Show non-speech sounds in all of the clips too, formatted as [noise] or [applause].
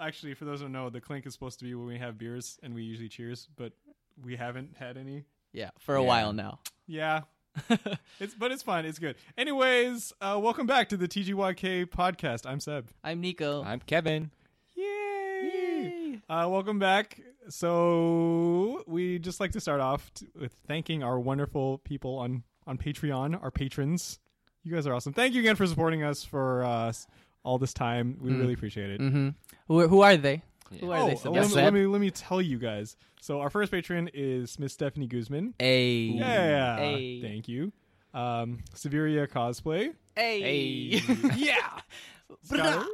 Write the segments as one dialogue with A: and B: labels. A: actually, for those who don't know, the clink is supposed to be when we have beers and we usually cheers, but we haven't had any.
B: Yeah, for a
C: Yeah.
B: while now.
A: Yeah. [laughs] it's but it's fine. It's good. Anyways, uh, welcome back to the TGYK podcast. I'm Seb.
B: I'm Nico.
C: I'm Kevin.
A: Yay!
B: Yay.
A: Uh, welcome back. So we just like to start off t- with thanking our wonderful people on on Patreon, our patrons. You guys are awesome. Thank you again for supporting us for uh, s- all this time. We really appreciate it.
B: Mhm. Who, who are they? Who are
A: Oh,
B: they?
A: uh,
B: Sebastian?
A: let, me,
C: Seb?
A: let me let me tell you guys. So our first patron is Miss Stephanie Guzman.
C: Hey.
A: Yeah,
B: Hey.
A: thank you. Um, Severia cosplay.
B: [laughs] Hey.
A: yeah. Skylar,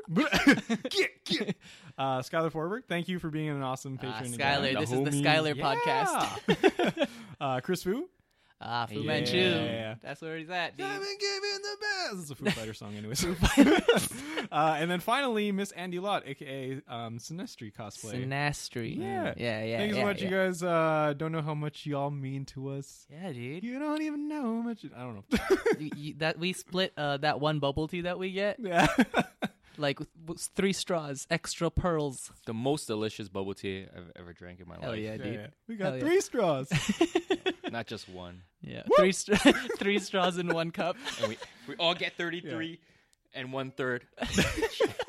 A: [laughs] Get, get. [laughs] uh, Skylar Forberg, thank you for being an awesome patron.
B: Ah,
A: again.
B: Skylar,
C: The
B: this is the
C: homie.
B: Skylar
A: Yeah.
B: podcast.
A: [laughs] uh, Chris Fu.
B: Ah, Fu
C: Yeah.
B: Manchu. That's where he's at, dude.
A: giving the best. It's a Foo Fighter song, anyways. [laughs] uh, and then finally, Miss Andy Lott, aka um, Sinestri cosplay.
B: Sinastri.
A: Yeah.
B: Yeah, yeah.
A: Thank you
B: yeah,
A: so much.
B: yeah.
A: You guys uh, don't know how much y'all mean to us.
B: Yeah, dude.
A: You don't even know how much. I don't know.
B: You- you- that we split uh, that one bubble tea that we get,
A: [laughs]
B: [laughs]
A: yeah.
B: like with, with three straws, extra pearls.
C: The most delicious bubble tea I've ever drank in my
B: Hell
C: life.
B: yeah,
A: Yeah,
B: dude.
A: yeah. We got
B: Hell yeah.
A: three straws. [laughs]
B: [laughs]
C: Not just one.
B: Yeah, three str- [laughs] three straws in one cup.
C: And we, we
A: [laughs]
C: all get 33 and one third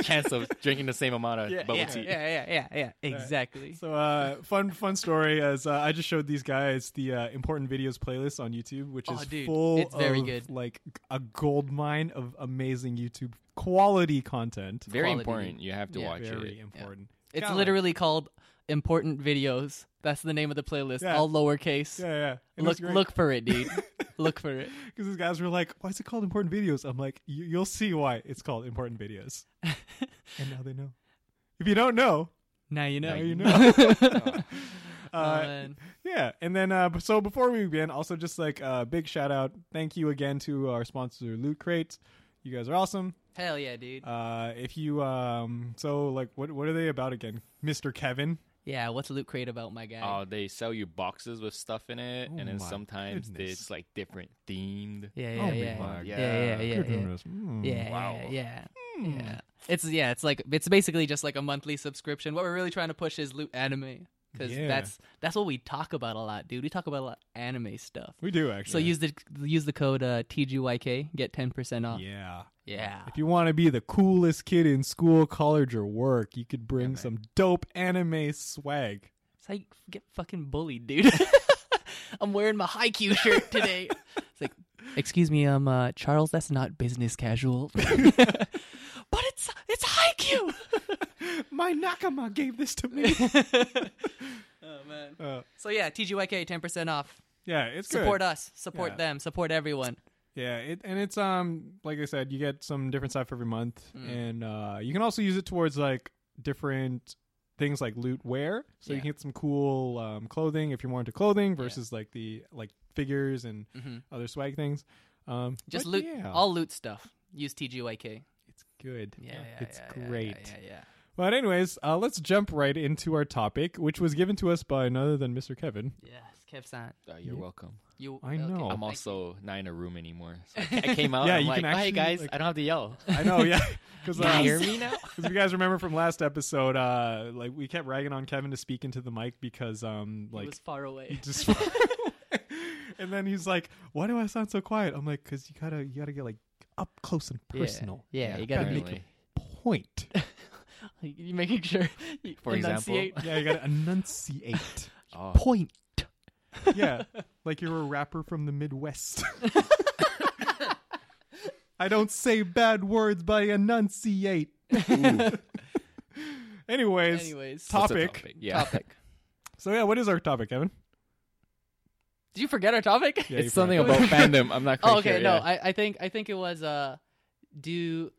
C: chance of drinking the same amount of bubble
B: yeah,
C: tea.
B: yeah, yeah, yeah, yeah. Exactly.
A: so uh, fun, fun story. As uh, I just showed these guys the uh, important videos playlist on YouTube, which
B: Oh,
A: is
B: dude,
A: full
B: it's very
A: of
B: good.
A: like a gold mine of amazing YouTube quality content.
C: Very
B: Quality.
C: important. You have to
B: Yeah.
C: watch
A: Very
C: it.
A: important.
B: It's
A: Kinda like-
B: literally called "Important Videos." That's the name of the playlist,
A: Yeah.
B: all lowercase.
A: yeah, yeah. And
B: look,
A: it's great.
B: look for it,
A: [laughs]
B: dude. look for it.
A: Because these guys were like, "Why is it called important videos?" I'm like, "You- "You'll see why it's called important
B: [laughs]
A: videos." and now they know. If you don't know,
B: Now you know.
A: now you know.
B: [laughs]
A: Oh, uh,
B: Man.
A: yeah, and then uh, so before we begin, also just like a uh, big shout out, thank you again to our sponsor Loot Crate. You guys are awesome.
B: Hell yeah, dude.
A: Uh, if you um, so like, what what are they about again, Mister Kevin?
B: yeah, what's Loot Crate about, my guy?
C: Oh, they sell you boxes with stuff in it,
A: Oh
C: and then
A: my
C: sometimes they-
A: goodness.
C: it's like different themed.
B: yeah, yeah,
A: oh my
B: yeah,
A: God.
B: yeah, yeah, yeah, yeah,
A: Good Hmm.
B: yeah.
A: memories. Mm.
B: Yeah,
C: Wow.
B: yeah, yeah, yeah. It's yeah, it's like it's basically just like a monthly subscription. What we're really trying to push is loot anime because
A: Yeah.
B: that's that's what we talk about a lot, dude. We talk about a lot of anime stuff.
A: we do actually.
B: So use the use the code uh, TGYK get ten percent off.
A: yeah. [laughs]
B: Yeah.
A: If you want to be the coolest kid in school, college, or work, you could bring some dope anime swag.
B: It's how you get fucking bullied, dude. [laughs] I'm wearing my high Q shirt today. it's like, excuse me, um, uh, Charles, that's not business
A: [laughs]
B: casual. [laughs] but it's it's high Q.
A: My Nakama gave this to me.
B: [laughs] Oh man.
A: Uh,
B: So yeah, TGYK ten percent off.
A: yeah, it's
B: Support
A: good.
B: us. Support
A: Yeah.
B: them. Support everyone.
A: Yeah, it, and it's um like I said, you get some different stuff every month,
B: Mm.
A: and uh, you can also use it towards like different things like loot wear. So you
B: Yeah.
A: can get some cool um, clothing if you're more into clothing versus like the like figures and other swag things. Um,
B: Mm-hmm. Just
A: but
B: loot
A: yeah,
B: all loot stuff. Use TGYK.
A: it's good.
B: Yeah, yeah
A: it's
B: yeah, yeah,
A: great.
B: Yeah, yeah, yeah.
A: But anyways, uh, let's jump right into our topic, which was given to us by none other than Mr. Kevin.
B: Yes, Kevsan.
C: Uh, you're welcome.
B: You.
A: I
B: okay.
A: know. Oh,
C: I'm
B: Thank
C: also not in a room anymore.
A: [laughs]
C: So I ca- I came out.
A: Yeah,
C: and I'm
A: you
C: like,
A: can
C: hey
A: actually,
C: guys,
A: like-
C: I don't have to yell.
A: I know, [laughs] yeah, uh, because
B: you. Guys. [laughs]
C: hear me now?
A: if you guys remember from last episode, uh, like we kept ragging on Kevin to speak into the mic because, um,
B: He
A: like [laughs]
B: was far away.
A: just. and then he's like, "Why do I sound so quiet?" I'm like, "Cause you gotta, you gotta get like up close and
B: [laughs] Yeah,
A: personal.
B: Yeah,
C: Yeah,
B: you gotta
A: make
C: apparently.
A: a
B: [laughs]
A: point.
B: make you making sure. You
C: For example.
B: enunciate
A: yeah, you gotta enunciate.
C: Oh,
B: Point.
A: yeah, like you're a rapper from the Midwest." [laughs] I don't say bad words, but I enunciate. [laughs] Anyways,
B: Anyways,
A: Top-
C: what's the
A: topic.
C: Yeah.
A: so yeah, what is our topic, Kevin?
B: Did you forget our topic? [laughs]
A: Yeah, you
C: it's something
B: forgot.
C: about fandom.
A: [laughs]
C: I'm not quite
B: oh, okay.
C: sure,
B: no,
C: yeah.
B: I, I think I think it was uh, do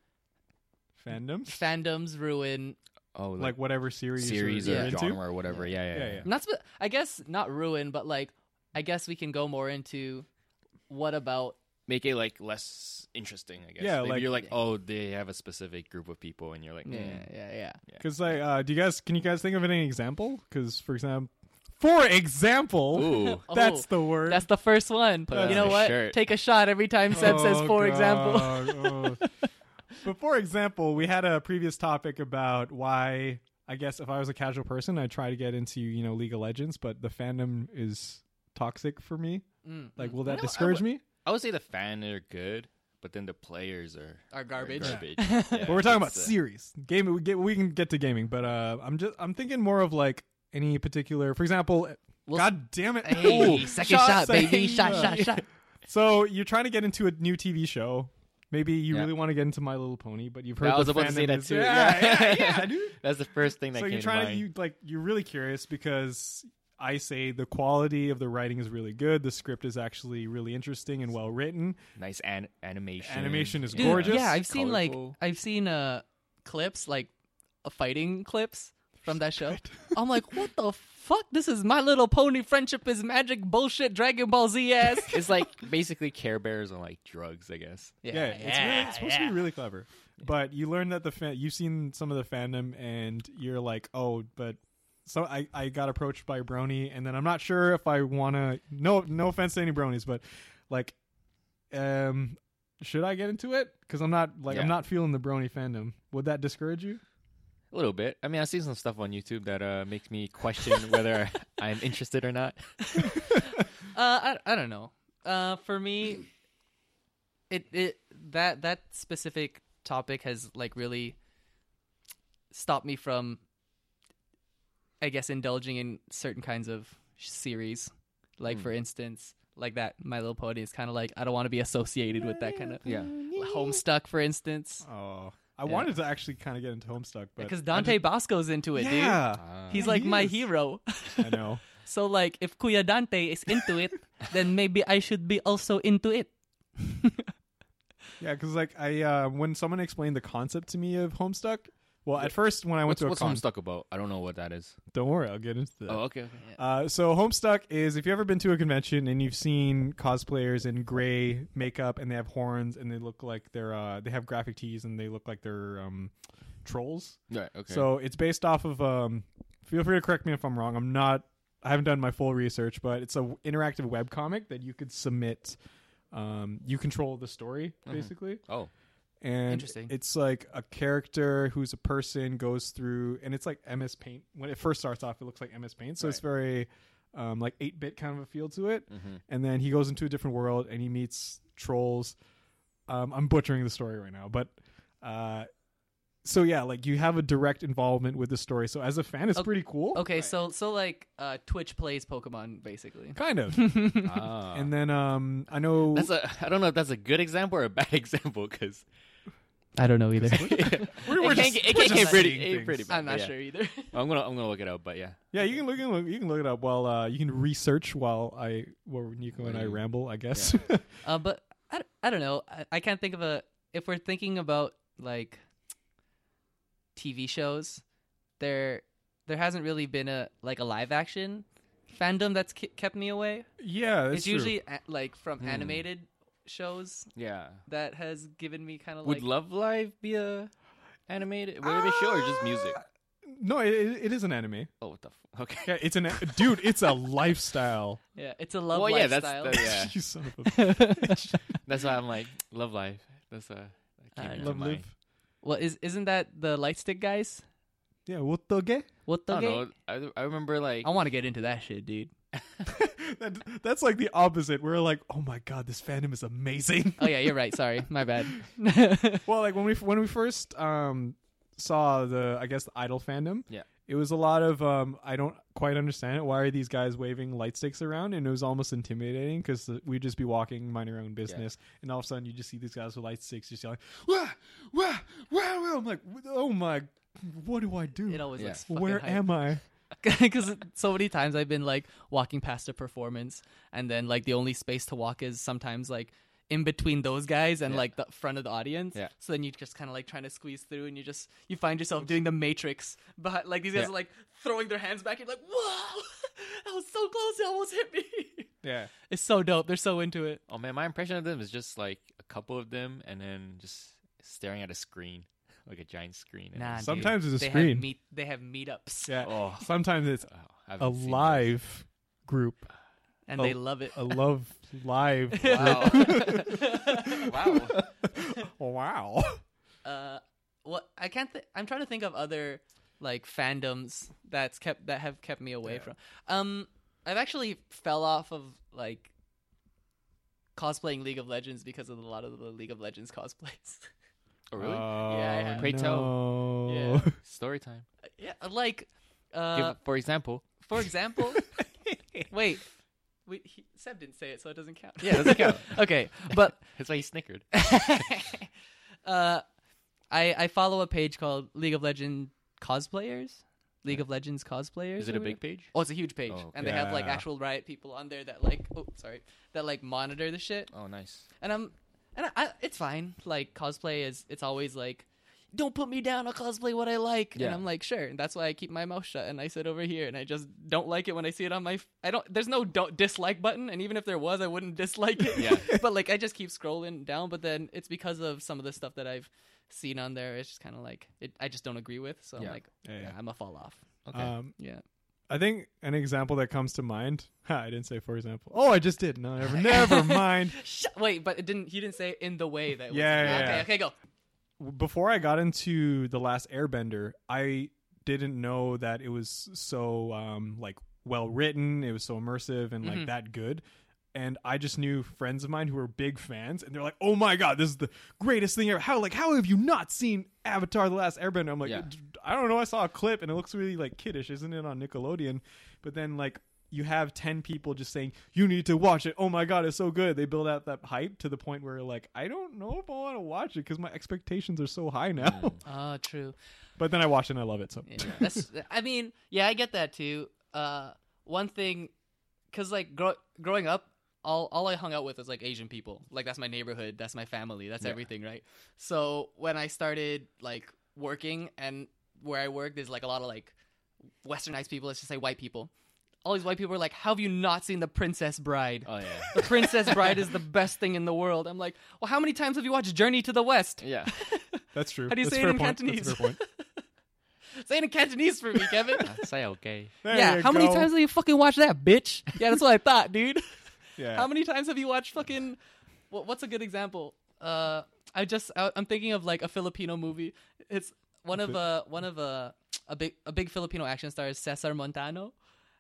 A: Fandoms?
B: fandoms ruin
C: oh, like,
A: like whatever series,
C: series
A: you're
C: or
A: into.
C: genre or whatever. Yeah, yeah,
A: Yeah,
C: yeah.
A: yeah.
B: not spe- i guess not ruin but like i guess we can go more into what about
C: Make it like less interesting, I guess.
A: Yeah,
C: Maybe
A: like-
C: you're like, oh, they have a specific group of people, and you're like, mm.
B: yeah yeah
A: Because like, uh, do you guys can you guys think of any example? Because for example, for [laughs] example,
C: "Hmm." ooh,
B: Oh,
A: that's the word.
B: that's the first one
C: it
B: you
C: on
B: know
C: the
B: what
C: shirt.
B: take a shot every time seb says
A: Oh,
B: for
A: [laughs]
B: example [laughs]
A: God, oh. but for example, we had a previous topic about why. I I guess if I was a casual person, I'd try to get into you know League of Legends, but the fandom is toxic for me.
B: Mm,
A: Like, will that
C: No, I
A: discourage
C: would-
A: me?
C: I would say the fan are good, but then the players are
B: Our garbage.
C: garbage. Yeah,
A: [laughs] But we're talking about
C: it's, uh,
A: series game. We get we can get to gaming, but uh, I'm just I'm thinking more of like any particular. For example, eh,
B: Well,
A: God damn it!
B: Hey,
A: Ooh,
B: second shot, baby.
A: second
B: Shot, shot, shot.
A: [laughs] So you're trying to get into a new TV show. Maybe you
C: Yeah.
A: really want to get into My Little Pony, but you've heard
C: I was
A: the
C: about to say
A: fandom
C: that
A: is-
C: too.
A: Yeah, yeah,
C: Yeah. [laughs]
A: yeah, dude.
C: That's the first thing that
A: so
C: came
A: you're
C: to
A: trying
C: mind.
A: to you like you're really curious because I say the quality of the writing is really good. The script is actually really interesting and well written.
C: nice an- animation.
A: Animation is
B: Dude,
A: gorgeous.
B: Yeah, I've seen like
C: Colorful.
B: I've seen uh clips like uh, fighting clips from that show.
A: [laughs]
B: I'm like, what the fuck? This is My Little Pony. Friendship is magic. Bullshit. Dragon Ball Z ass.
C: It's like basically Care Bears on like drugs, I guess.
A: [laughs] Yeah, it's, really, it's supposed to
B: yeah.
A: be really clever. But you learn that the fan, you've seen some of the fandom, and you're like, oh, but so I, I got approached by Brony, and then I'm not sure if I want to. No, no offense to any Bronies, but like, um, should I get into it? Because I'm not like I'm
C: Yeah.
A: not feeling the Brony fandom. Would that discourage you?
C: A little bit. I mean, I've seen some stuff on YouTube that uh, makes me question whether I'm interested or not.
B: Uh, I, I don't know. Uh, for me, it it that that specific topic has like really stopped me from, I guess, indulging in certain kinds of series. Like
A: Hmm.
B: for instance, like that My Little Pony is kind of like I don't want to be associated with that kind of
C: Yeah.
B: Homestuck, for instance,
A: Oh, I wanted to actually kind of get into Homestuck, but
B: because
A: I
B: Dante Bosco's into it,
A: just-
B: dude.
A: yeah,
C: Uh.
B: He's like
A: He
B: my
A: is.
B: hero. [laughs]
A: I know.
B: So like if Kuya Dante is into it, then maybe I should be also into it.
A: Yeah, because like I uh, when someone explained the concept to me of Homestuck, well, at first when I went
C: What's,
A: to a
C: what's
A: con-
C: Homestuck about? I don't know what that is.
A: Don't worry, I'll get into that.
C: Oh, okay. okay.
A: Uh, so Homestuck is if you've ever been to a convention and you've seen cosplayers in gray makeup and they have horns and they look like they're uh, they have graphic tees and they look like they're um, trolls.
C: Right. Okay.
A: So it's based off of. Um, feel free to correct me if I'm wrong. I'm not. I haven't done my full research, but it's a w- interactive webcomic that you could submit. Um, you control the story basically
C: oh,
A: and
B: Interesting.
A: it's like a character who's a person goes through and it's like ms paint when it first starts off it looks like ms paint so it's very um, like 8-bit kind of a feel to it
C: Mm-hmm.
A: and then he goes into a different world and he meets trolls um, i'm butchering the story right now but uh, so yeah like you have a direct involvement with the story so as a fan it's
B: Ok-
A: pretty cool
B: Okay, so so like uh, Twitch plays Pokemon basically.
A: kind
C: [laughs]
A: of [laughs]
C: ah.
A: and then um, i know
C: that's a. [laughs] I don't know if that's a good example or a bad [laughs] example
A: [laughs]
C: because
B: I don't know either.
C: [laughs]
A: we're, we're
C: it
A: just,
C: can't get- it
A: we're
C: can't
A: just
C: get pretty-
A: seeing
C: it
A: things.
C: pretty bad.
B: I'm not
C: Yeah.
B: sure either. [laughs]
C: I'm gonna I'm gonna look it up. But yeah,
A: Yeah, you can look, you can look you can look it up while uh, you can research while I while Nico and I
C: Mm.
A: ramble, I guess. [laughs]
B: Uh, but I, d- I don't know. I, I can't think of a if we're thinking about like TV shows. There there hasn't really been a like a live action fandom that's ki- kept me away.
A: yeah, that's
B: it's
A: true.
B: usually a- like from
C: Hmm.
B: animated shows
C: yeah.
B: that has given me kind of like
C: Would Love Live be a animated whatever show or
A: Ah.
C: just music?
A: no, it, it it is an anime.
C: Oh, what the f- [laughs] okay.
A: Yeah, it's an dude. It's a
B: [laughs]
A: lifestyle.
B: yeah, it's a love
C: well, yeah, that's
B: lifestyle.
C: that- yeah.
A: [laughs] you son of a
B: [laughs]
C: That's why I'm like Love Live. That's uh, that
B: I
C: came to
A: love
C: mind.
A: live.
B: well, is isn't that the Lightstick guys?
A: Yeah, what the gay? [laughs]
B: What the
C: I
B: game?
C: don't know. I, I remember like
B: I want to get into that shit, dude.
A: That, that's like the opposite. We're like, oh my god, this fandom is amazing. [laughs]
B: Oh yeah, you're right. Sorry, my bad.
A: well, like when we when we first um saw the I guess the idol fandom.
C: Yeah.
A: It was a lot of um, I don't quite understand it. Why are these guys waving light sticks around? And it was almost intimidating because we'd just be walking, mind your own business, and all of a sudden you just see these guys with light sticks just yelling, "Wah, wah, wah, wah!" I'm like, "Oh my, what do I do?
B: It always
C: Yeah.
B: looks.
A: Where am
C: [laughs]
A: I?"
B: [laughs] Because so many times I've been like walking past a performance, and then like the only space to walk is sometimes like in between those guys and
C: Yeah.
B: like the front of the audience.
C: Yeah.
B: So then you're just kind of like trying to squeeze through, and you just you find yourself doing the Matrix, but like these guys
C: Yeah.
B: are like throwing their hands back. You're like, whoa, [laughs] that was so close. It almost hit me. [laughs]
A: Yeah,
B: it's so dope. They're so into it.
C: oh man, my impression of them is just like a couple of them and then just staring at a screen, [laughs] like a giant screen. and
B: Nah,
C: just-
A: Sometimes
B: dude.
A: it's a
B: they
A: screen.
B: Have meet, they have meetups,
A: yeah.
C: oh,
A: Sometimes it's
C: oh, I haven't
A: a
C: seen those.
A: live group,
B: and
A: Oh.
B: they love it.
A: a
C: [laughs]
A: love live.
B: [laughs]
C: Wow. wow.
A: wow. [laughs]
B: uh, what I can't. Th- I'm trying to think of other like fandoms that's kept that have kept me away
A: Yeah.
B: from. Um, I've actually fell off of like cosplaying League of Legends because of a lot of the League of Legends cosplays.
C: Oh, [laughs] really?
B: Yeah, I have.
C: Pray tell.
A: no.
B: Yeah.
C: Story time.
B: [laughs] yeah, [laughs] like
C: Give-
B: uh,
C: for example,
B: for [laughs] example, wait, we, he, Seb didn't say it, so it doesn't count.
C: Yeah, it doesn't
B: [laughs]
C: count.
B: okay, but
C: [laughs] that's why he snickered.
B: [laughs] uh, I I follow a page called League of Legends cosplayers. League of Legends cosplayers.
C: Is it
B: or
C: a
B: whatever.
C: big page?
B: Oh, it's a huge page,
C: Oh,
B: and they have like
A: Yeah.
B: actual Riot people on there that like, oh, sorry, that like monitor the shit.
C: Oh, nice.
B: And I'm, and I, I it's fine. Like cosplay is, it's always like, don't put me down. I'll cosplay what I like. And
C: Yeah.
B: I'm like, sure. And that's why I keep my mouth shut and I sit over here and I just don't like it when I see it on my. f- I don't. There's no don't dislike button, and even if there was, I wouldn't dislike it.
C: Yeah.
B: [laughs] but like, I just keep scrolling down. But then it's because of some of the stuff that I've seen on there. It's just kind of like it. I just don't agree with. So I'm
C: Yeah.
B: like,
A: Yeah, yeah.
B: "Nah, I'm a fall off.
C: Okay.
A: Um,
B: Yeah.
A: I think an example that comes to mind. [laughs] Ha, I didn't say for example. Oh, I just did. No,
C: [laughs]
A: never, never mind.
B: Shut, wait, but it didn't. He didn't say it in the way that. it was-
A: Yeah, yeah,
B: Okay.
A: yeah.
B: Okay. Go.
A: Before I got into the last Airbender, I didn't know that it was so um like well written. It was so immersive and like
C: Mm-hmm.
B: Mhm.
A: that good. And I just knew friends of mine who were big fans, and they're like, "Oh my god, this is the greatest thing ever! How like how have you not seen Avatar: The Last Airbender?" I'm like,
C: Yeah.
A: "I don't know. I saw a clip, and it looks really like kiddish, isn't it, on Nickelodeon?" But then like you have 10 people just saying you need to watch it oh my god it's so good they build out that hype to the point where like i don't know if i want to watch it because my expectations are so high now
C: Mm.
B: Ah, true.
A: [laughs] but then i watch it and i love it so
B: Yeah, that's. I mean, yeah, I get that too. Uh, one thing, cause like grow, growing up, all all I hung out with was like Asian people. Like that's my neighborhood, that's my family, that's
C: Yeah.
B: everything, right? So when I started like working and where I work, there's like a lot of like westernized people. Let's just say white people. All these white people are like, "How have you not seen the Princess Bride?"
C: oh yeah.
A: [laughs]
B: the
C: [laughs]
B: Princess Bride is the best thing in the world. I'm like, well, how many times have you watched Journey to the West?
C: Yeah.
A: [laughs] that's true
B: How do you
A: That's
B: say
A: a fair
B: it in
A: point.
B: Cantonese?
A: That's a fair
B: [laughs]
A: point.
B: Say it in Cantonese for me, Kevin.
C: [laughs] Uh, Say okay.
A: There
B: yeah,
A: you
B: how many
A: go.
B: times have you fucking watched that,
C: [laughs]
B: bitch? Yeah, that's what I thought, dude.
A: yeah
B: How many times have you watched fucking? What, what's a good example? Uh, I just I, I'm thinking of like a Filipino movie. It's one of uh one of uh, a big a big Filipino action star is Cesar Montano,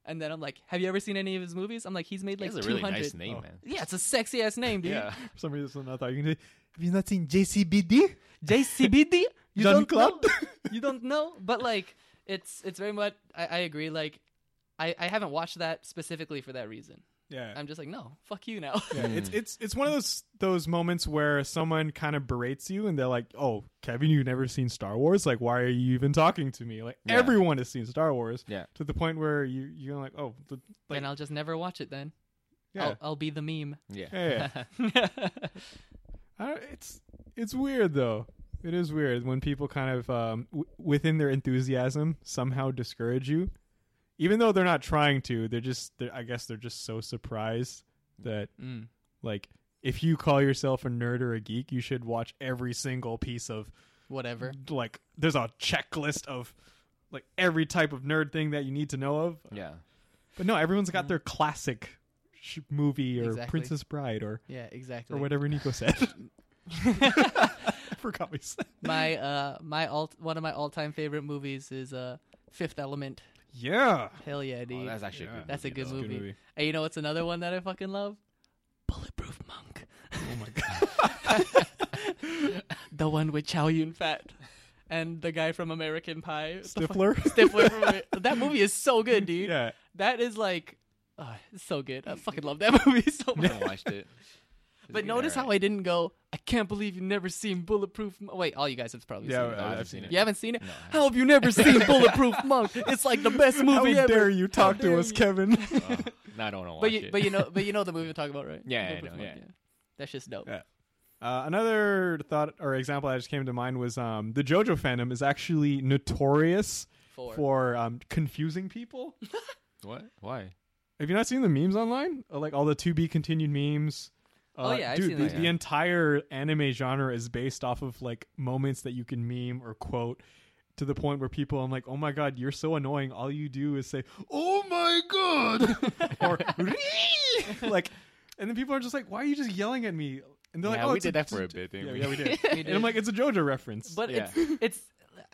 B: and then I'm like, have you ever seen any of his movies? I'm like, he's made like
C: That's a
B: 200.
C: really nice name,
A: Oh.
C: man.
B: Yeah, it's a sexy ass name, dude. [laughs]
C: Yeah.
A: for some reason i thought you can have you not seen jcbd
C: [laughs]
B: JCBD. You
A: Jean
B: don't
A: Claude?
B: know. [laughs] You don't know, but like it's it's very much. I, I agree. Like I I haven't watched that specifically for that reason.
A: yeah
B: I'm just like, no, fuck you now.
A: Yeah, it's it's it's one of those those moments where someone kind of berates you and they're like, "Oh, Kevin, you've never seen Star Wars. Like, why are you even talking to me? Like,
C: Yeah.
A: everyone has seen Star Wars.
C: Yeah.
A: To the point where you you're like, oh, the, like,
B: [laughs] and I'll just never watch it then.
A: yeah,
B: I'll, I'll be the meme.
C: Yeah.
A: yeah, yeah.
B: yeah,
A: I don't, it's it's weird though. It is weird when people kind of um, w- within their enthusiasm somehow discourage you, even though they're not trying to. They're just, they're, I guess, they're just so surprised that
B: Mm.
A: like if you call yourself a nerd or a geek, you should watch every single piece of
B: [laughs] whatever.
A: like there's a checklist of like every type of nerd thing that you need to know of.
C: Yeah. Oh,
A: But no, everyone's got their classic sh- movie or
B: Mm. Exactly.
A: Princess Bride or
B: Yeah, exactly. [laughs]
A: or whatever [laughs] Nico said. I forgot what he said.
B: My uh my alt one of my all time favorite movies is uh Fifth Element.
A: Yeah.
B: Hell yeah, dude.
C: Oh, that's actually
A: Yeah.
C: a good.
B: That's a
C: movie,
B: good
C: though.
B: movie. And you know what's another one that I fucking love? Bulletproof Monk.
A: [laughs] Oh my god.
B: The one with Chow Yun Fat and the guy from American Pie.
A: [laughs]
B: The fu-
A: Stifler. [laughs]
B: Stifler from Amer- that movie is so good, dude.
A: yeah.
B: That is like, oh, it's so good.
A: Mm.
B: I fucking love that [laughs] movie so
A: [laughs]
C: I
B: much.
C: haven't watched it.
B: But notice how I didn't go. I can't believe you've never seen Bulletproof. Monk. Wait, all you guys have probably
A: Yeah, uh,
B: seen it.
A: I-
C: I've
A: I've
C: seen
A: seen it.
B: You haven't seen
A: [laughs]
B: it?
C: No, I haven't.
B: How have you never seen Bulletproof Monk? It's like the best
A: How
B: movie ever.
A: dare you talk
B: dare
A: to us,
B: you.
A: [laughs] Kevin?
C: Oh, no, I don't want to watch
B: But you,
C: it.
B: but you know,
A: [laughs]
B: but you know the movie I'm talking about, right?
C: Yeah, I
B: Bulletproof
C: know,
B: Monk,
C: yeah.
B: That's just dope.
A: Yeah. Uh, another thought or example that just came to mind was um, the JoJo fandom is actually notorious
B: Four.
A: for um, confusing people.
C: what? Why?
A: Have you not seen the memes online? Uh, Like all the to be continued memes.
B: Oh,
A: Uh,
B: yeah, I've
A: dude,
B: seen
A: the,
B: those,
A: the
C: yeah.
A: entire anime genre is based off of like moments that you can meme or quote to the point where people I'm like, oh my god, you're so annoying. All you do is say, oh my god,
C: [laughs]
A: or "Ree!" [laughs] like, and then people are just like, why are you just yelling at me? [laughs] And they're
C: Yeah,
A: like, oh,
C: we
A: it's a-
C: did that
A: it's a-
C: for a bit, didn't
A: yeah,
C: we?
A: yeah, we did.
B: [laughs] We
A: and I'm
B: did.
A: like, it's a JoJo reference.
B: But
C: Yeah.
B: it's it's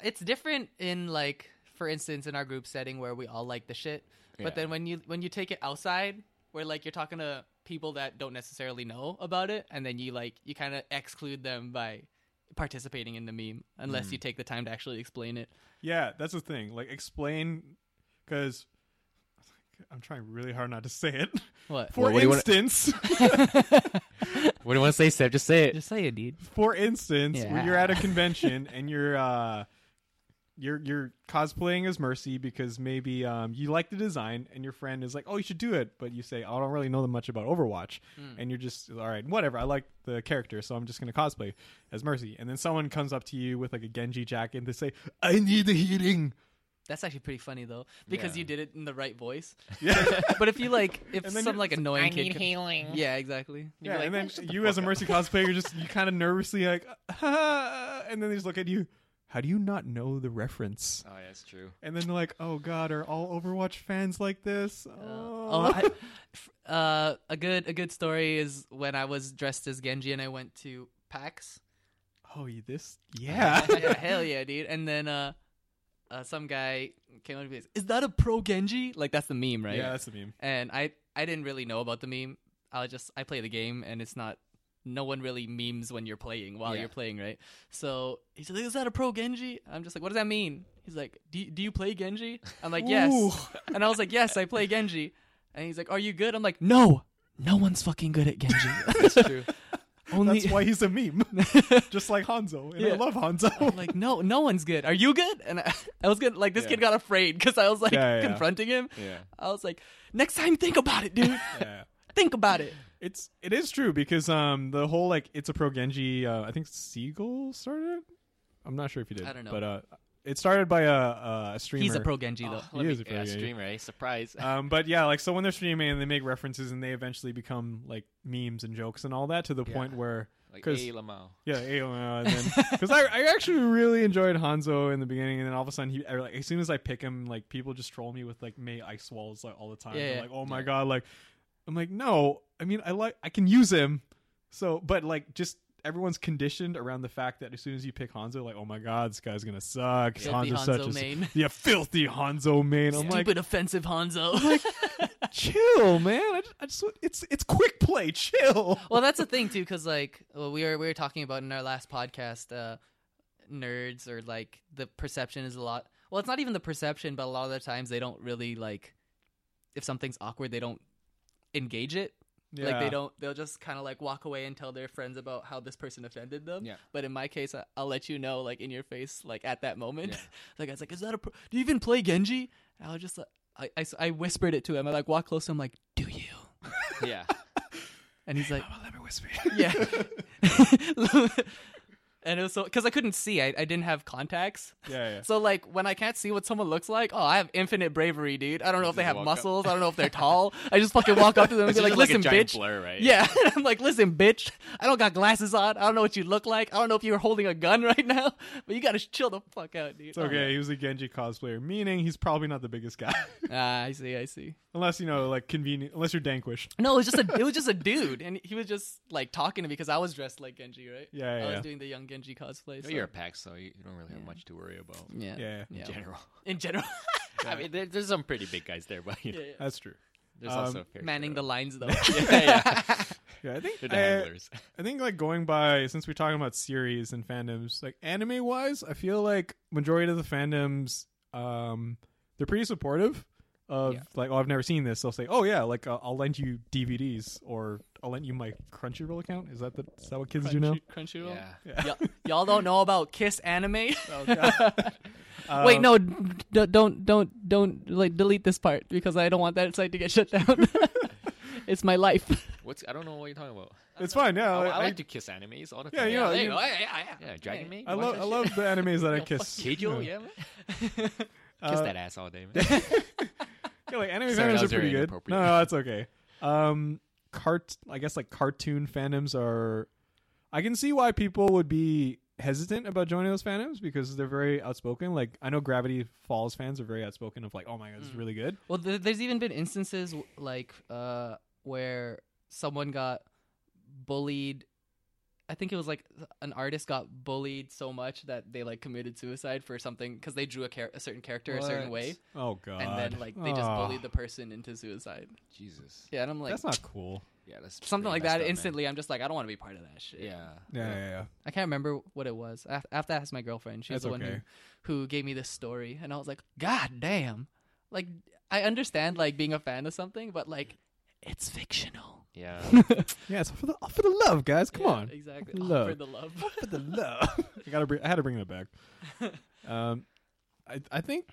B: it's different in like for instance, in our group setting where we all like the shit,
C: Yeah.
B: but then when you when you take it outside, where like you're talking to people that don't necessarily know about it, and then you like you kind of exclude them by participating in the meme unless you take the time to actually explain it.
A: Yeah, that's the thing. Like, explain because I'm trying really hard not to say it. [laughs]
B: What?
A: For
C: Well, what do you wanna-
A: instance,
C: [laughs] What do you want to say, Seb? Just say it. [laughs]
B: Just say it, dude.
A: for instance, when you're at a
B: Yeah.
A: convention and you're uh you're you're cosplaying as Mercy because maybe um you like the design and your friend is like, "Oh, you should do it." But you say, "I don't really know that much about Overwatch."
C: Hmm.
A: And you're just, "All right, whatever. I like the character, so I'm just going to cosplay as Mercy." And then someone comes up to you with like a Genji jacket and they say, "I need the
C: [laughs]
A: healing."
B: That's actually pretty funny though, because
C: Yeah.
B: you did it in the right voice.
A: Yeah.
B: [laughs] But if you like, if
A: And then
B: some
A: you're
B: like
A: just
B: annoying
D: I
B: kid,
D: need
B: could-
D: healing.
B: yeah, exactly.
A: Yeah,
C: like,
A: and
C: "Oh,
A: then
C: shut the
A: you as a
C: fuck up."
A: Mercy cosplayer, you're just you kind
C: [laughs]
A: of nervously like, [laughs] and then they just look at you. How do you not know the reference?
C: Oh, yeah, that's true.
A: And then they're like, oh god, are all Overwatch fans like this?
B: Oh, I, [laughs] f- uh, a good a good story is when I was dressed as Genji and I went to PAX.
A: Oh, you this?
B: [laughs]
A: Yeah.
B: yeah, hell yeah, dude. And then uh, uh, some guy came up to me. and said, Is that a pro Genji? Like that's the meme, right?
A: Yeah, that's the meme.
B: And I I didn't really know about the meme. I just I play the game and it's not. No one really memes when you're playing while
C: Yeah.
B: you're playing, right? So he's like, "Is that a pro Genji?" I'm just like, "What does that mean?" He's like, "Do you, do you play Genji?" I'm like, "Yes."
A: Ooh.
B: And I was like, yes, I play Genji. And he's like, are you good? I'm like, no, no one's fucking good
A: [laughs]
B: at Genji. That's true. [laughs] Only
A: That's
B: [laughs]
A: why he's a meme, just like Hanzo. And I
B: [laughs] Yeah.
A: love Hanzo.
B: I'm like, no, no one's good. Are you good? And I, I was good. Like this
A: Yeah.
B: kid got afraid because I was like
A: Yeah, yeah, yeah.
B: confronting him.
C: Yeah.
B: I was like, next time, think about it, dude.
A: [laughs] yeah.
B: think about it.
A: It's it is true because um the whole like it's a pro Genji uh, I think Siegel started. it? I'm not sure if he did.
B: I don't know.
A: but uh, it started by a, a streamer.
B: He's a pro [laughs] Genji though.
C: Oh,
A: He
C: let me-
A: is a pro
C: yeah,
A: gamer.
C: streamer, eh? Surprise.
A: um, but yeah, like so when they're streaming and they make references and they eventually become like memes and jokes and all that to the point where
C: like,
A: 'cause- [laughs]
C: hey, Lamau.
A: yeah, yeah, well, and then
B: [laughs]
A: [laughs] because I, I actually really enjoyed Hanzo in the beginning, and then all of a sudden he I, like as soon as I pick him, like people just troll me with like May ice walls like all the time.
B: Yeah,
A: They're
B: yeah.
A: like oh my god, like I'm like no, I mean I like I can use him, so but like just. Everyone's conditioned around the fact that as soon as you pick Hanzo, like, oh my god, this guy's gonna suck.
B: Filthy
A: Hanzo's
B: Hanzo
A: such [laughs]
B: main.
A: a yeah, filthy Hanzo main. I'm like,
B: Stupid offensive Hanzo.
A: chill, man. I just, I just want- it's it's quick play. Chill.
B: well, that's the thing too, because like well, we were we were talking about in our last podcast, uh, nerds or like the perception is a lot. Well, it's not even the perception, but a lot of the times they don't really like if something's awkward, they don't engage it. Like they don't, they'll just kind of like walk away and tell their friends about how this person offended them.
C: Yeah.
B: But in my case, I, I'll let you know, like in your face, like at that moment.
C: Yeah.
B: [laughs] like I was like, "Is that a? Pro- do you even play Genji?" And I was just, like, I, I s- I whispered it to him. I like walk close. to him like, "Do you?"
C: Yeah.
B: And he's like,
A: Mama, [laughs] let me whisper.
C: [laughs]
B: yeah. [laughs] and it was so because I couldn't see, I, I didn't have contacts.
A: [laughs] yeah, yeah.
B: So like when I can't see what someone looks like, oh, I have infinite bravery, dude. I don't know if they
C: Just
B: have
C: walk up.
B: muscles. I don't know if they're tall. I just fucking walk up to
C: [laughs]
B: them and
C: It's
B: be like,
C: just like
B: "Listen,
C: a giant
B: bitch."
C: blur,
B: [laughs]
C: right?
B: Yeah, And I'm like, "Listen, bitch. I don't got glasses on. I don't know what you look like. I don't know if you were holding a gun [laughs] right now, but you gotta chill the fuck out, dude."
A: It's okay. He was a Genji cosplayer, meaning he's probably not the biggest guy,
B: [laughs]
A: [laughs]
B: Ah, I see. I see.
A: unless you know, like convenient. Unless you're Danquish.
B: No, it was just a it was just a dude, and he was just like talking to me because I was dressed like Genji, right?
A: Yeah, yeah,
B: I was
A: yeah.
B: doing the young Genji cosplay. so-
C: No, you're a pack, so you you don't really have much to worry about
B: Yeah.
A: Yeah,
C: in
B: Yeah.
C: general. [laughs]
B: In general.
C: I mean, there, there's some pretty big guys there, but you know,
B: Yeah, yeah.
A: that's true.
C: there's
A: Um,
C: also a fair
B: Manning the [laughs]
C: share
B: lines though.
C: of- [laughs] yeah, yeah.
A: Yeah, I think
C: They're the
A: I, [laughs]
C: handlers.
A: I think like going by since we're talking about series and fandoms, like anime wise, I feel like majority of the fandoms, um, they're pretty supportive of
B: Yeah.
A: like, oh, I've never seen this. They'll say, oh yeah, like uh, I'll lend you DVDs or I'll lend you my Crunchyroll account. Is that the is that what kids do now?
B: Crunchyroll.
C: Yeah.
B: Y- y'all don't know about Kiss Anime? [laughs]
A: Oh, God.
B: Wait,
A: Um,
B: no, d- d- don't, don't, don't like delete this part because I don't want that site to get shut down. [laughs] it's my life.
C: What's I don't know what you're talking about.
A: It's fine. Yeah,
C: Oh, I,
A: Uh, I,
C: I like
A: I,
C: to kiss animes all the
A: Yeah,
C: time. oh,
A: you know,
B: there
A: you-
B: you go. Yeah, yeah, yeah.
C: yeah, Dragon Maid.
A: I
C: watch
A: love
C: that
A: I
C: shit.
A: love the animes
C: [laughs]
A: that I kiss.
C: Keijo,
A: [laughs]
C: yeah, man. Kiss
A: Uh,
C: that ass all day,
A: [laughs]
C: man.
A: yeah, like anime
C: Sorry, that
A: fandoms are
C: was very
A: pretty good.
C: inappropriate.
A: No, no, that's okay. Um, cart. I guess like cartoon fandoms are. I can see why people would be hesitant about joining those fandoms because they're very outspoken. Like I know Gravity Falls fans are very outspoken of like, oh my god,
B: Mm.
A: this is really good.
B: Well, th- there's even been instances w- like uh, where someone got bullied I think it was like an artist got bullied so much that they like committed suicide for something because they drew a, char- a certain character a certain
C: What?
B: way,
A: Oh god.
B: and then like they just
A: Aw.
B: bullied the person into suicide.
C: Jesus.
B: Yeah, and I'm like
A: That's not cool.
C: Yeah, that's
B: something
C: pretty
B: like
C: messed
B: that.
C: up, man.
B: instantly, I'm just like, I don't want to be part of that shit.
C: Yeah.
A: Yeah, yeah, yeah.
B: I can't remember what it was. I I have to ask my girlfriend. She's
A: That's
B: the one
A: okay.
B: who, who gave me this story, and I was like, God damn! Like I understand like being a fan of something, but like it's fictional.
C: Yeah.
A: Yeah, it's for the for the love, guys. Come
B: Yeah,
A: on.
B: exactly.
A: For the
B: Oh,
A: love.
B: for the love.
A: for the
B: [laughs]
A: love. I gotta bring, I had to bring that back. Um, I I think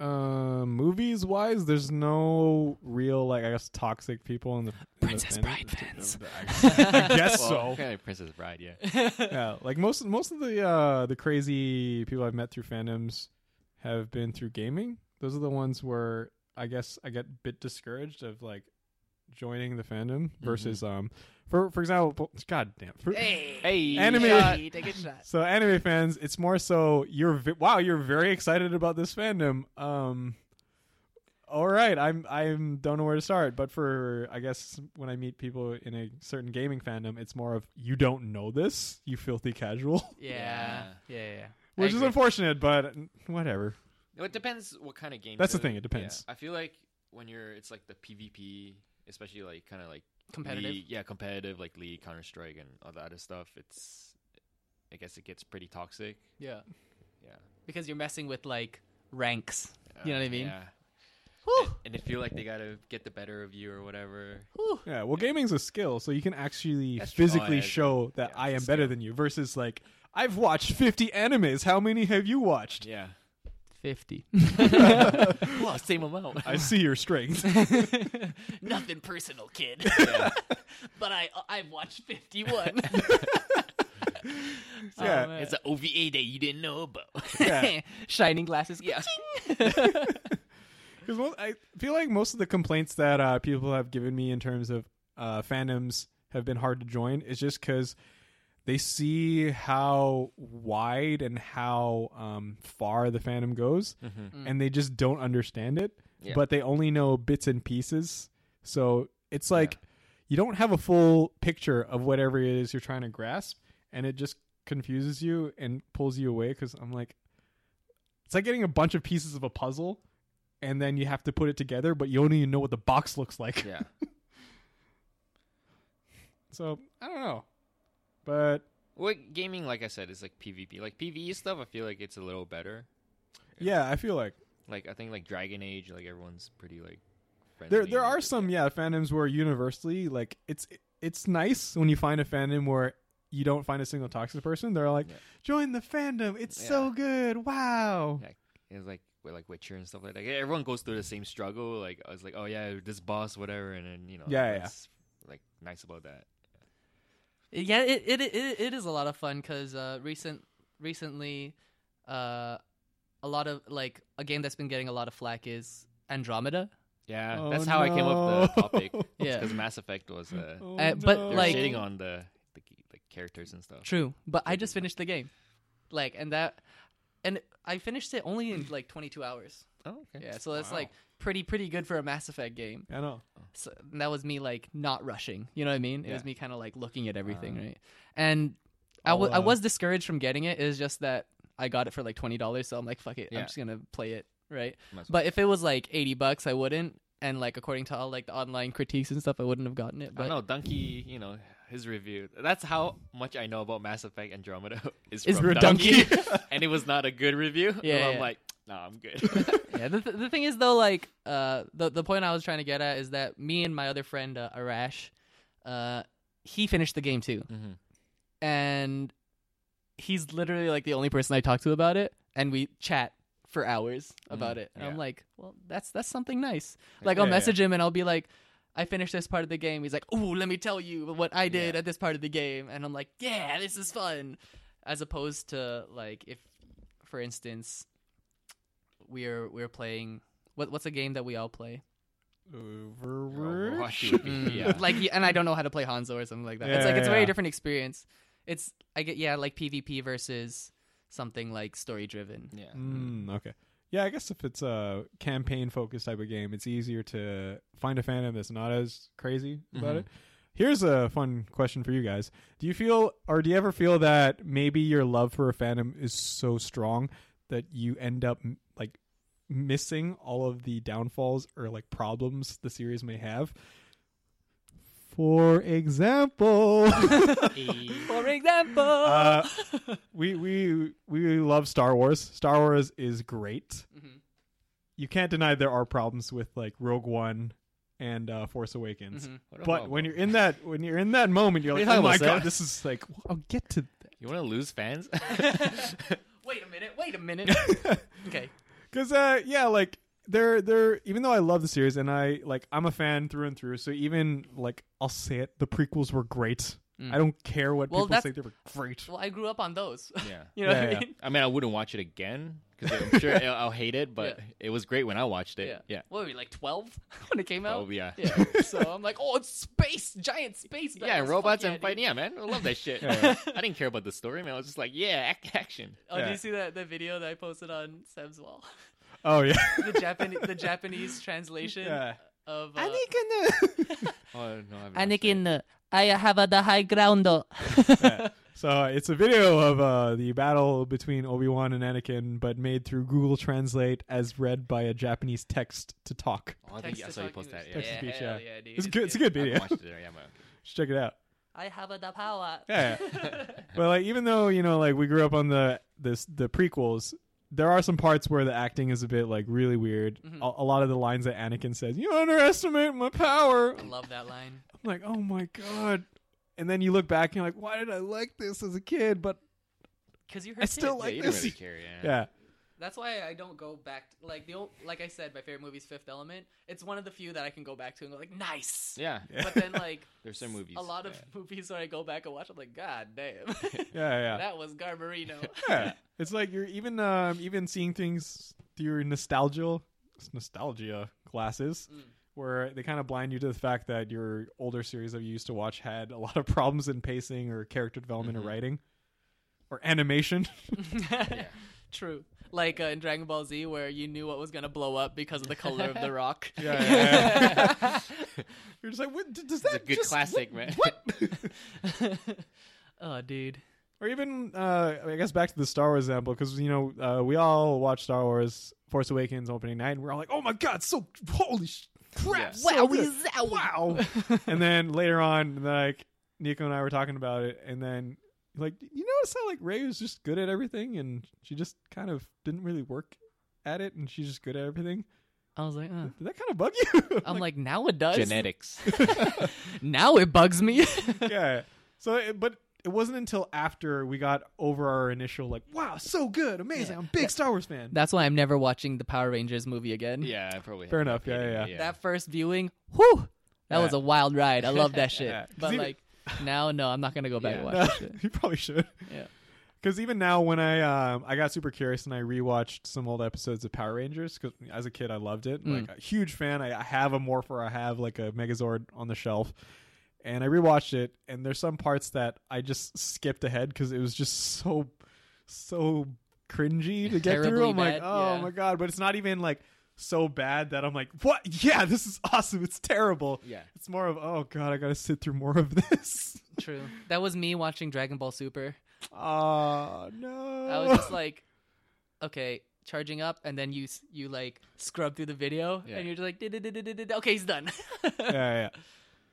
A: uh, movies wise, there's no real like I guess toxic people in the in the
B: Princess
A: fan-
B: Bride fans.
A: [laughs] I guess
B: [laughs]
A: [laughs] so.
C: Well, Kind of Princess Bride. Yeah.
A: Yeah, like most most of the uh, the crazy people I've met through fandoms have been through gaming. Those are the ones where I guess I get a bit discouraged of like joining the fandom versus um for for example, god damn. For,
B: Mm-hmm. hey,
C: Hey.
A: Anime.
B: shot, Take a shot.
A: So anime fans, it's more so you're vi- wow, you're very excited about this fandom. Um all right, I'm I'm don't know where to start, but for I guess when I meet people in a certain gaming fandom, it's more of you don't know this, you filthy casual, [laughs]
B: Yeah,
C: Yeah.
B: yeah, yeah. yeah. I
A: which is
B: agree.
A: unfortunate, but whatever.
C: No, it depends what kind of game.
A: That's the
C: too.
A: thing, it
C: Yeah.
A: depends.
C: I feel like when you're, it's like the PvP, especially like kind of like
B: competitive.
C: League- yeah, competitive like League, Counter Strike, and all that other stuff. It's, I guess it gets pretty toxic.
B: Yeah,
C: Yeah.
B: because you're messing with like ranks. You know what I mean?
C: Yeah.
B: Whew,
C: And, and they feel like they gotta get the better of you or whatever.
B: whew.
A: Yeah, well gaming's a skill, so you can actually
C: That's true. Oh,
A: physically
C: yeah,
A: show that
C: yeah,
A: I am
C: it's a
A: better
C: skill.
A: than you versus like I've watched 50 animes. How many have you watched?
C: Yeah.
B: [laughs] Fifty.
C: well, same amount.
A: I see your strength.
B: Nothing personal, [laughs] kid.
C: [laughs] Yeah.
B: but I I've watched fifty [laughs] one.
A: Yeah,
C: [laughs]
B: Um,
C: It's an
B: [laughs]
C: OVA that you didn't know about. [laughs]
A: yeah.
B: Shining glasses. Yeah.
A: Because I feel like most of the complaints that uh, people have given me in terms of uh, fandoms have been hard to join is just because they see how wide and how um, far the fandom goes,
C: Mm-hmm.
A: and they just don't understand it.
C: Yeah.
A: But they only know bits and pieces, so it's like you don't have a full picture of whatever it is you're trying to grasp, and it just confuses you and pulls you away. Because I'm like, it's like getting a bunch of pieces of a puzzle and then you have to put it together, but you only know what the box looks like.
C: Yeah.
A: [laughs] So I don't know, but
C: Well, gaming, like I said, is like PvP. Like PvE stuff, I feel like it's a little better.
A: yeah, I feel like
C: Like I think like Dragon Age, like everyone's pretty like friendly.
A: there there
C: and-
A: are some yeah fandoms where universally like it's it's nice when you find a fandom where you don't find a single toxic person. They're like,
C: Yeah.
A: join the fandom, it's so good, wow.
C: Yeah. It's like with like Witcher and stuff like that. Everyone goes through the same struggle. Like I was like, oh yeah, this boss, whatever, and then you know,
A: Yeah, yeah, yeah.
C: that's, Like nice about that.
B: [laughs] Yeah, it it, it it is a lot of fun because uh, recent recently, uh, a lot of like a game that's been getting a lot of flack is Andromeda.
C: Yeah,
A: Oh,
C: that's how I came up with the
A: no.
B: [laughs]
C: topic.
B: Yeah.
C: because Mass Effect was uh,
A: Oh,
B: Uh, but,
C: they were
B: like-
C: shitting on the, the the characters and stuff.
B: True, but I just finished the game, like, and that, and I finished it only in like 22 hours.
C: Oh, okay.
B: Yeah, so that's
C: Wow.
B: like pretty pretty good for a Mass Effect game.
A: I know.
B: So and that was me like not rushing. You know what I mean? It was
C: Yeah.
B: me kind of like looking at everything,
C: Ah.
B: right? And I wa-
A: I'll,
B: I
A: uh,
B: was discouraged from getting it. It was just that I got it for like twenty dollars, so I'm like, fuck it,
C: Yeah.
B: I'm just gonna play it, right?
C: Might as well.
B: But if it was like eighty bucks, I wouldn't. And like according to all like the online critiques and stuff, I wouldn't have gotten it.
C: I
B: But
C: don't know, Donkey, you know, his review. That's how much I know about Mass Effect Andromeda [laughs] is
B: Is
C: from
B: from [laughs]
C: Donkey.
B: Donkey.
C: [laughs] and it was not a good review.
B: Yeah,
C: And I'm
B: yeah.
C: like, no, I'm good.
B: [laughs] yeah, the, th- the thing is though, like uh, the the point I was trying to get at is that me and my other friend uh, Arash, uh, he finished the game too,
C: Mhm.
B: and he's literally like the only person I talk to about it, and we chat for hours about it. And I'm
C: yeah.
B: like, well, that's that's something nice. Like I'll
A: yeah, yeah.
B: message him and I'll be like. I finished this part of the game. He's like, "Ooh, let me tell you what I did
C: Yeah.
B: at this part of the game," and I'm like, "Yeah, this is fun." As opposed to like, if, for instance, we're we're playing what what's a game that we all play?
C: Oh,
A: Overwatch.
C: Overwatch would be- [laughs]
A: [laughs]
C: Mm, yeah.
B: Like and I don't know how to play Hanzo or something like that. it's like it's a
A: Yeah.
B: very different experience. It's I get yeah, like PvP versus something like story driven. [laughs]
C: yeah.
A: Mm, okay. Yeah, I guess if it's a campaign focused type of game, it's easier to find a fandom that's not as crazy about
C: Mhm.
A: it. Here's a fun question for you guys. Do you feel or do you ever feel that maybe your love for a fandom is so strong that you end up m- like missing all of the downfalls or like problems the series may have? For example, [laughs]
C: E.
B: For example,
C: [laughs]
A: Uh, we we we love Star Wars. Star Wars is great.
B: Mhm.
A: You can't deny there are problems with like Rogue One and uh, Force Awakens.
B: Mhm.
C: What
A: But
C: about-
A: when you're in that when you're in that moment, you're
C: What are
A: like,
C: you
A: oh
C: talking
A: my
C: about,
A: god,
C: Seth?"
A: this is like I'll get to.
C: you want to lose fans?
B: [laughs]
C: [laughs]
B: wait a minute. Wait
A: [laughs]
B: a minute. okay.
A: Because uh, yeah, like they're they're even though I love the series and I like I'm a fan through and through. So even like I'll say it, the prequels were great.
B: Mm.
A: I don't care what
B: Well,
A: people
B: that's-
A: say; they were great.
B: Well, I grew up on those. [laughs]
C: yeah.
B: You know what
A: Yeah,
B: I mean?
C: I mean, I wouldn't watch it again because I'm
A: [laughs]
C: [laughs] sure I'll, I'll hate it, but
B: Yeah.
C: it was great when I watched it.
B: Yeah.
C: Yeah.
B: What were we like twelve [laughs] when it came out?
C: Oh, yeah. Yeah,
B: Yeah. So I'm like, oh, it's space, giant space.
C: and
B: battles. Fuck
C: robots
B: yeah,
C: and
B: dude.
C: fighting. Yeah, man. I love that
A: [laughs]
C: shit.
A: Yeah.
C: I didn't care about the story, man. I was just like, yeah, ac- action.
B: Oh,
A: Yeah.
B: do you see that that video that I posted on Seb's
A: [laughs]
B: wall?
A: Oh yeah,
B: The Japan the Japanese translation
A: yeah.
B: of uh,
A: Anakin.
C: Oh, no. I haven't watched it.
B: Anakin, uh, I have the high ground. uh.
A: So uh, it's a video of uh, the battle between Obi Wan and Anakin, but made through Google Translate as read by a Japanese text to talk.
C: Oh, I, think, I saw you post that. Yeah.
B: Yeah,
C: [laughs]
A: Text to speech,
B: hell
A: yeah.
B: yeah, dude.
A: It's good. It's a good
C: I haven't
A: video.
C: watched it there. Yeah, man.
A: Just [laughs] check it out.
B: I have the power.
A: Yeah. but like, even though you know, like, we grew up on the this the prequels, there are some parts where the acting is a bit like really weird.
B: Mhm.
A: A, a lot of the lines that Anakin says, "You underestimate my power."
B: I
A: I'm
B: love that line.
A: like, oh my god. And then you look back and you're like, why did I like this as a kid? But
B: Cause you
A: I
B: heard
A: still
C: Yeah,
A: like
C: you don't
A: this.
C: really care, yeah.
A: yeah,
B: That's why I don't go back. like the old, like I said, my favorite movie is Fifth Element. It's one of the few that I can go back to and go like, nice.
C: [laughs] Yeah,
B: But then like
C: there's some movies.
B: a lot
A: [laughs]
B: of
C: yeah.
B: movies where I go back and watch, I'm like, God damn,
A: yeah, yeah.
B: that was Garbarino. [laughs]
A: yeah. [laughs] It's like you're even um, even seeing things through your nostalgia nostalgia glasses,
B: Mm.
A: where they kind of blind you to the fact that your older series that you used to watch had a lot of problems in pacing or character development
C: Mhm.
A: or writing or animation.
B: True. Like uh, in Dragon Ball Z, where you knew what was gonna blow up because of the color of the rock.
A: [laughs] Yeah, yeah,
B: [laughs]
A: you're just like, what, d- does
C: It's
A: that
C: a good
A: just-
C: classic,
A: what-
C: man. [laughs]
A: What?
B: [laughs] oh, dude.
A: or even uh, I guess back to the Star Wars example because you know uh, we all watch Star Wars Force Awakens opening night and we're all like, oh my god, so holy sh- crap,
C: Yeah.
A: so good."
B: wow.
A: and then later on, like Nico and I were talking about it, and then like you notice how like Ray was just good at everything, and she just kind of didn't really work at it, and she's just good at everything.
B: I was like, uh.
A: Did that kind of bug [laughs] you?
B: I'm like, now it does.
C: genetics.
B: [laughs] now it bugs me. [laughs]
A: yeah. So, it, but it wasn't until after we got over our initial like, wow, so good, amazing, I'm a big Star Wars fan.
B: That's why I'm never watching the Power Rangers movie again.
C: [laughs] yeah, I probably.
A: Fair
C: have
A: enough,
C: that
A: yeah,
C: opinion,
A: yeah,
B: That first viewing, whew, that was
A: Yeah.
B: a wild ride.
A: [laughs]
B: I love that shit.
A: Yeah. 'Cause
B: But
A: even-
B: like, now, no, I'm not gonna go back and watch
C: Yeah.
A: No,
B: that
A: [laughs]
B: shit.
A: you probably should.
B: Yeah.
A: Because even now, when I um, I got super curious and I rewatched some old episodes of Power Rangers because as a kid I loved it.
B: Mm.
A: Like a huge fan. I, I have a Morpher. I have like a Megazord on the shelf, and I rewatched it. And there's some parts that I just skipped ahead because it was just so so cringy to get through.
B: Terribly
A: I'm like,
B: bad,
A: oh
B: yeah.
A: my god! But it's not even like so bad that I'm like, what? Yeah, this is awesome. It's terrible.
C: Yeah.
A: It's more of oh god, I gotta sit through more of this. [laughs]
B: True. That was me watching Dragon Ball Super.
A: Oh no!
B: I
A: [laughs]
B: was just like, okay, charging up, and then you s- you like scrub through the video,
C: Yeah.
B: and you're just like, "Duh-duh-duh-duh-duh-duh." okay, he's done. [laughs]
A: yeah, yeah.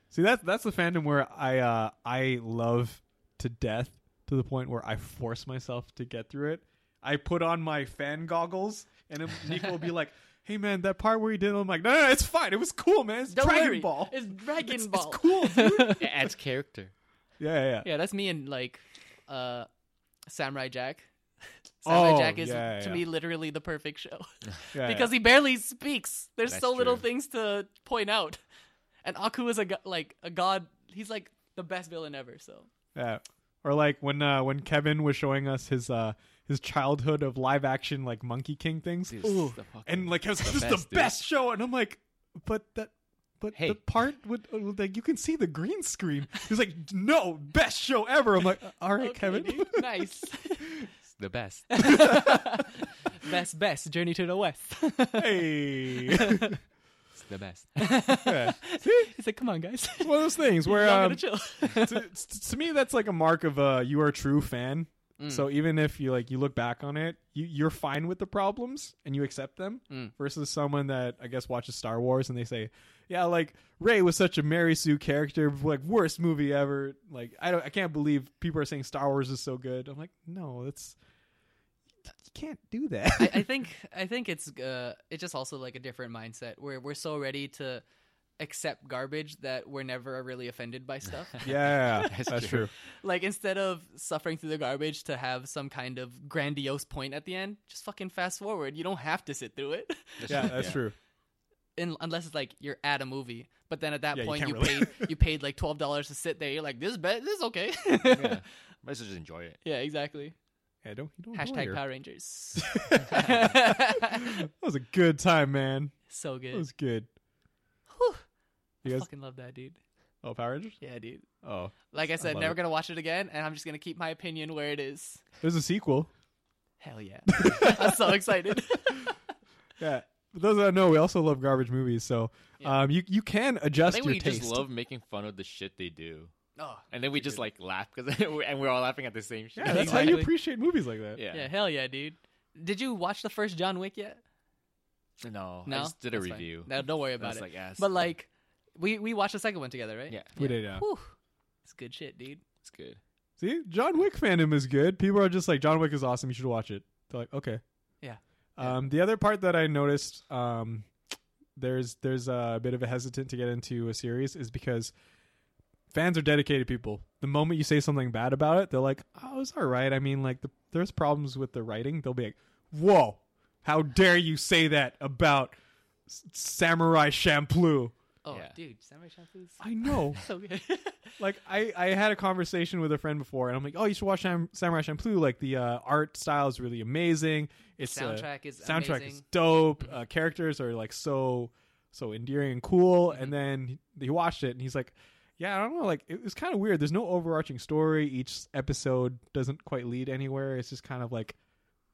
A: See, that's that's the fandom where I uh, I love to death to the point where I force myself to get through it. I put on my fan goggles, and then Nico
B: [laughs]
A: will be like, "Hey, man, that part where he did," it," I'm like, "No, no, no, it's fine. It was cool, man. It's
B: Don't
A: Dragon
B: worry,
A: Ball.
B: It's Dragon
A: It's-
B: Ball.
A: It's cool,
B: [laughs]
A: dude.
C: It adds character.
A: yeah, yeah, yeah.
B: yeah, that's me and like, uh,
A: [laughs]
B: Samurai Jack. Samurai
A: Oh,
B: Jack is
A: yeah,
B: to
A: yeah. Oh,
B: me literally the perfect show
A: yeah,
B: because he barely speaks. There's
C: That's
B: so little
C: true.
B: things to point out, and Aku is a go- like a god. He's like the best villain ever. So
A: yeah. yeah. Or like when uh, when Kevin was showing us his uh, his childhood of live action like Monkey King things,
C: Dude,
B: Ooh.
C: the fucking-
A: and like I was like,
C: the
A: this is
C: best,
A: the
C: dude.
A: best show, and I'm like, but that, but
C: Hey.
A: the part with uh, like you can see the green screen. He's like, no, best show ever. I'm like, all right,
B: Okay,
A: Kevin.
B: dude, nice.
C: It's the best.
A: [laughs]
B: best, best journey to the west.
A: [laughs]
C: [laughs]
A: hey.
C: It's the best.
A: Yeah.
B: He's like, come on,
A: [laughs]
B: guys.
A: It's one of those things where
B: Y'all
A: um,
B: gotta
A: [laughs]
B: chill.
A: to, to me that's like a mark of a you are a true fan.
B: Mm.
A: So even if you like you look back on it, you, you're fine with the problems and you accept them
B: Mm.
A: versus someone that I guess watches Star Wars and they say, Yeah, like Ray was such a Mary Sue character, like worst movie ever. Like I don't I can't believe people are saying Star Wars is so good. I'm like, no, that's you can't do that.
B: [laughs] I, I think I think it's uh, it's just also like a different mindset where we're so ready to accept garbage that we're never really offended by stuff.
A: [laughs] yeah, [laughs]
C: That's
A: that's,
C: true.
A: true.
B: like instead of suffering through the garbage to have some kind of grandiose point at the end, just fucking fast forward. You don't have to sit through it, [laughs]
A: Yeah, that's true.
B: In, unless it's like you're at a movie. But then at that
A: Yeah, you
B: point,
A: can't
B: you,
A: really-
B: paid you paid like twelve dollars to sit there. You're like, this is bet this is okay.
C: Yeah. [laughs] Might as well just enjoy it.
B: [laughs] yeah, exactly.
A: Yeah, don't you don't know
B: Hashtag
A: your-
B: Power Rangers.
A: [laughs]
B: [laughs]
A: That was a good time, man.
B: so
A: That
B: good.
A: was good.
B: Whew.
A: You
B: I
A: guys,
B: fucking love that dude.
A: oh, Power Rangers?
B: Yeah, dude.
A: Oh,
B: Like I said,
A: love
B: never
A: it.
B: gonna watch it again, and I'm just gonna keep my opinion where it is.
A: there's a sequel. [laughs]
B: Hell yeah! [laughs] I'm so excited. [laughs]
A: Yeah. For those that know, we also love garbage movies, so
B: Yeah.
A: um, you you can
C: I
A: adjust
C: think
A: your
C: we
A: taste.
C: just love making fun of the shit they do,
B: oh,
C: and then we just like laugh because [laughs] and we're all laughing at the same shit.
A: yeah,
C: [laughs]
A: that's how you
B: Exactly.
A: appreciate movies like that.
C: Yeah.
B: yeah. hell yeah, dude. Did you watch the first John Wick yet?
C: No,
B: No,
C: I just did a
B: That's fine.
C: review.
B: No, don't worry
C: And I
B: about
C: was
B: it.
C: like, yeah, it's-
B: but like, we we watched the second one together, right?
C: yeah,
A: We did, yeah.
B: Whew. It's good shit, dude.
C: it's good.
A: See, John Wick fandom is good. People are just like, John Wick is awesome. You should watch it. They're like, okay.
B: Yeah.
A: Um, The other part that I noticed, um, there's there's a bit of a hesitant to get into a series is because fans are dedicated people. The moment you say something bad about it, they're like, oh, it's all right. I mean, like, the, there's problems with the writing. They'll be like, whoa, how dare you say that about S- Samurai Champloo?
B: Oh,
C: Yeah. uh,
B: dude, Samurai Champloo's
A: I know.
C: [laughs]
B: so [laughs] good.
A: like I, I had a conversation with a friend before and i'm like oh you should watch Sam- samurai champloo like the uh, art style is really amazing it's uh,
B: Soundtrack is
A: soundtrack is
B: amazing. Mm-hmm.
A: dope uh, characters are like so so endearing and cool
B: Mm-hmm.
A: and then he, he watched it and he's like yeah i don't know like it was kind of weird there's no overarching story each episode doesn't quite lead anywhere it's just kind of like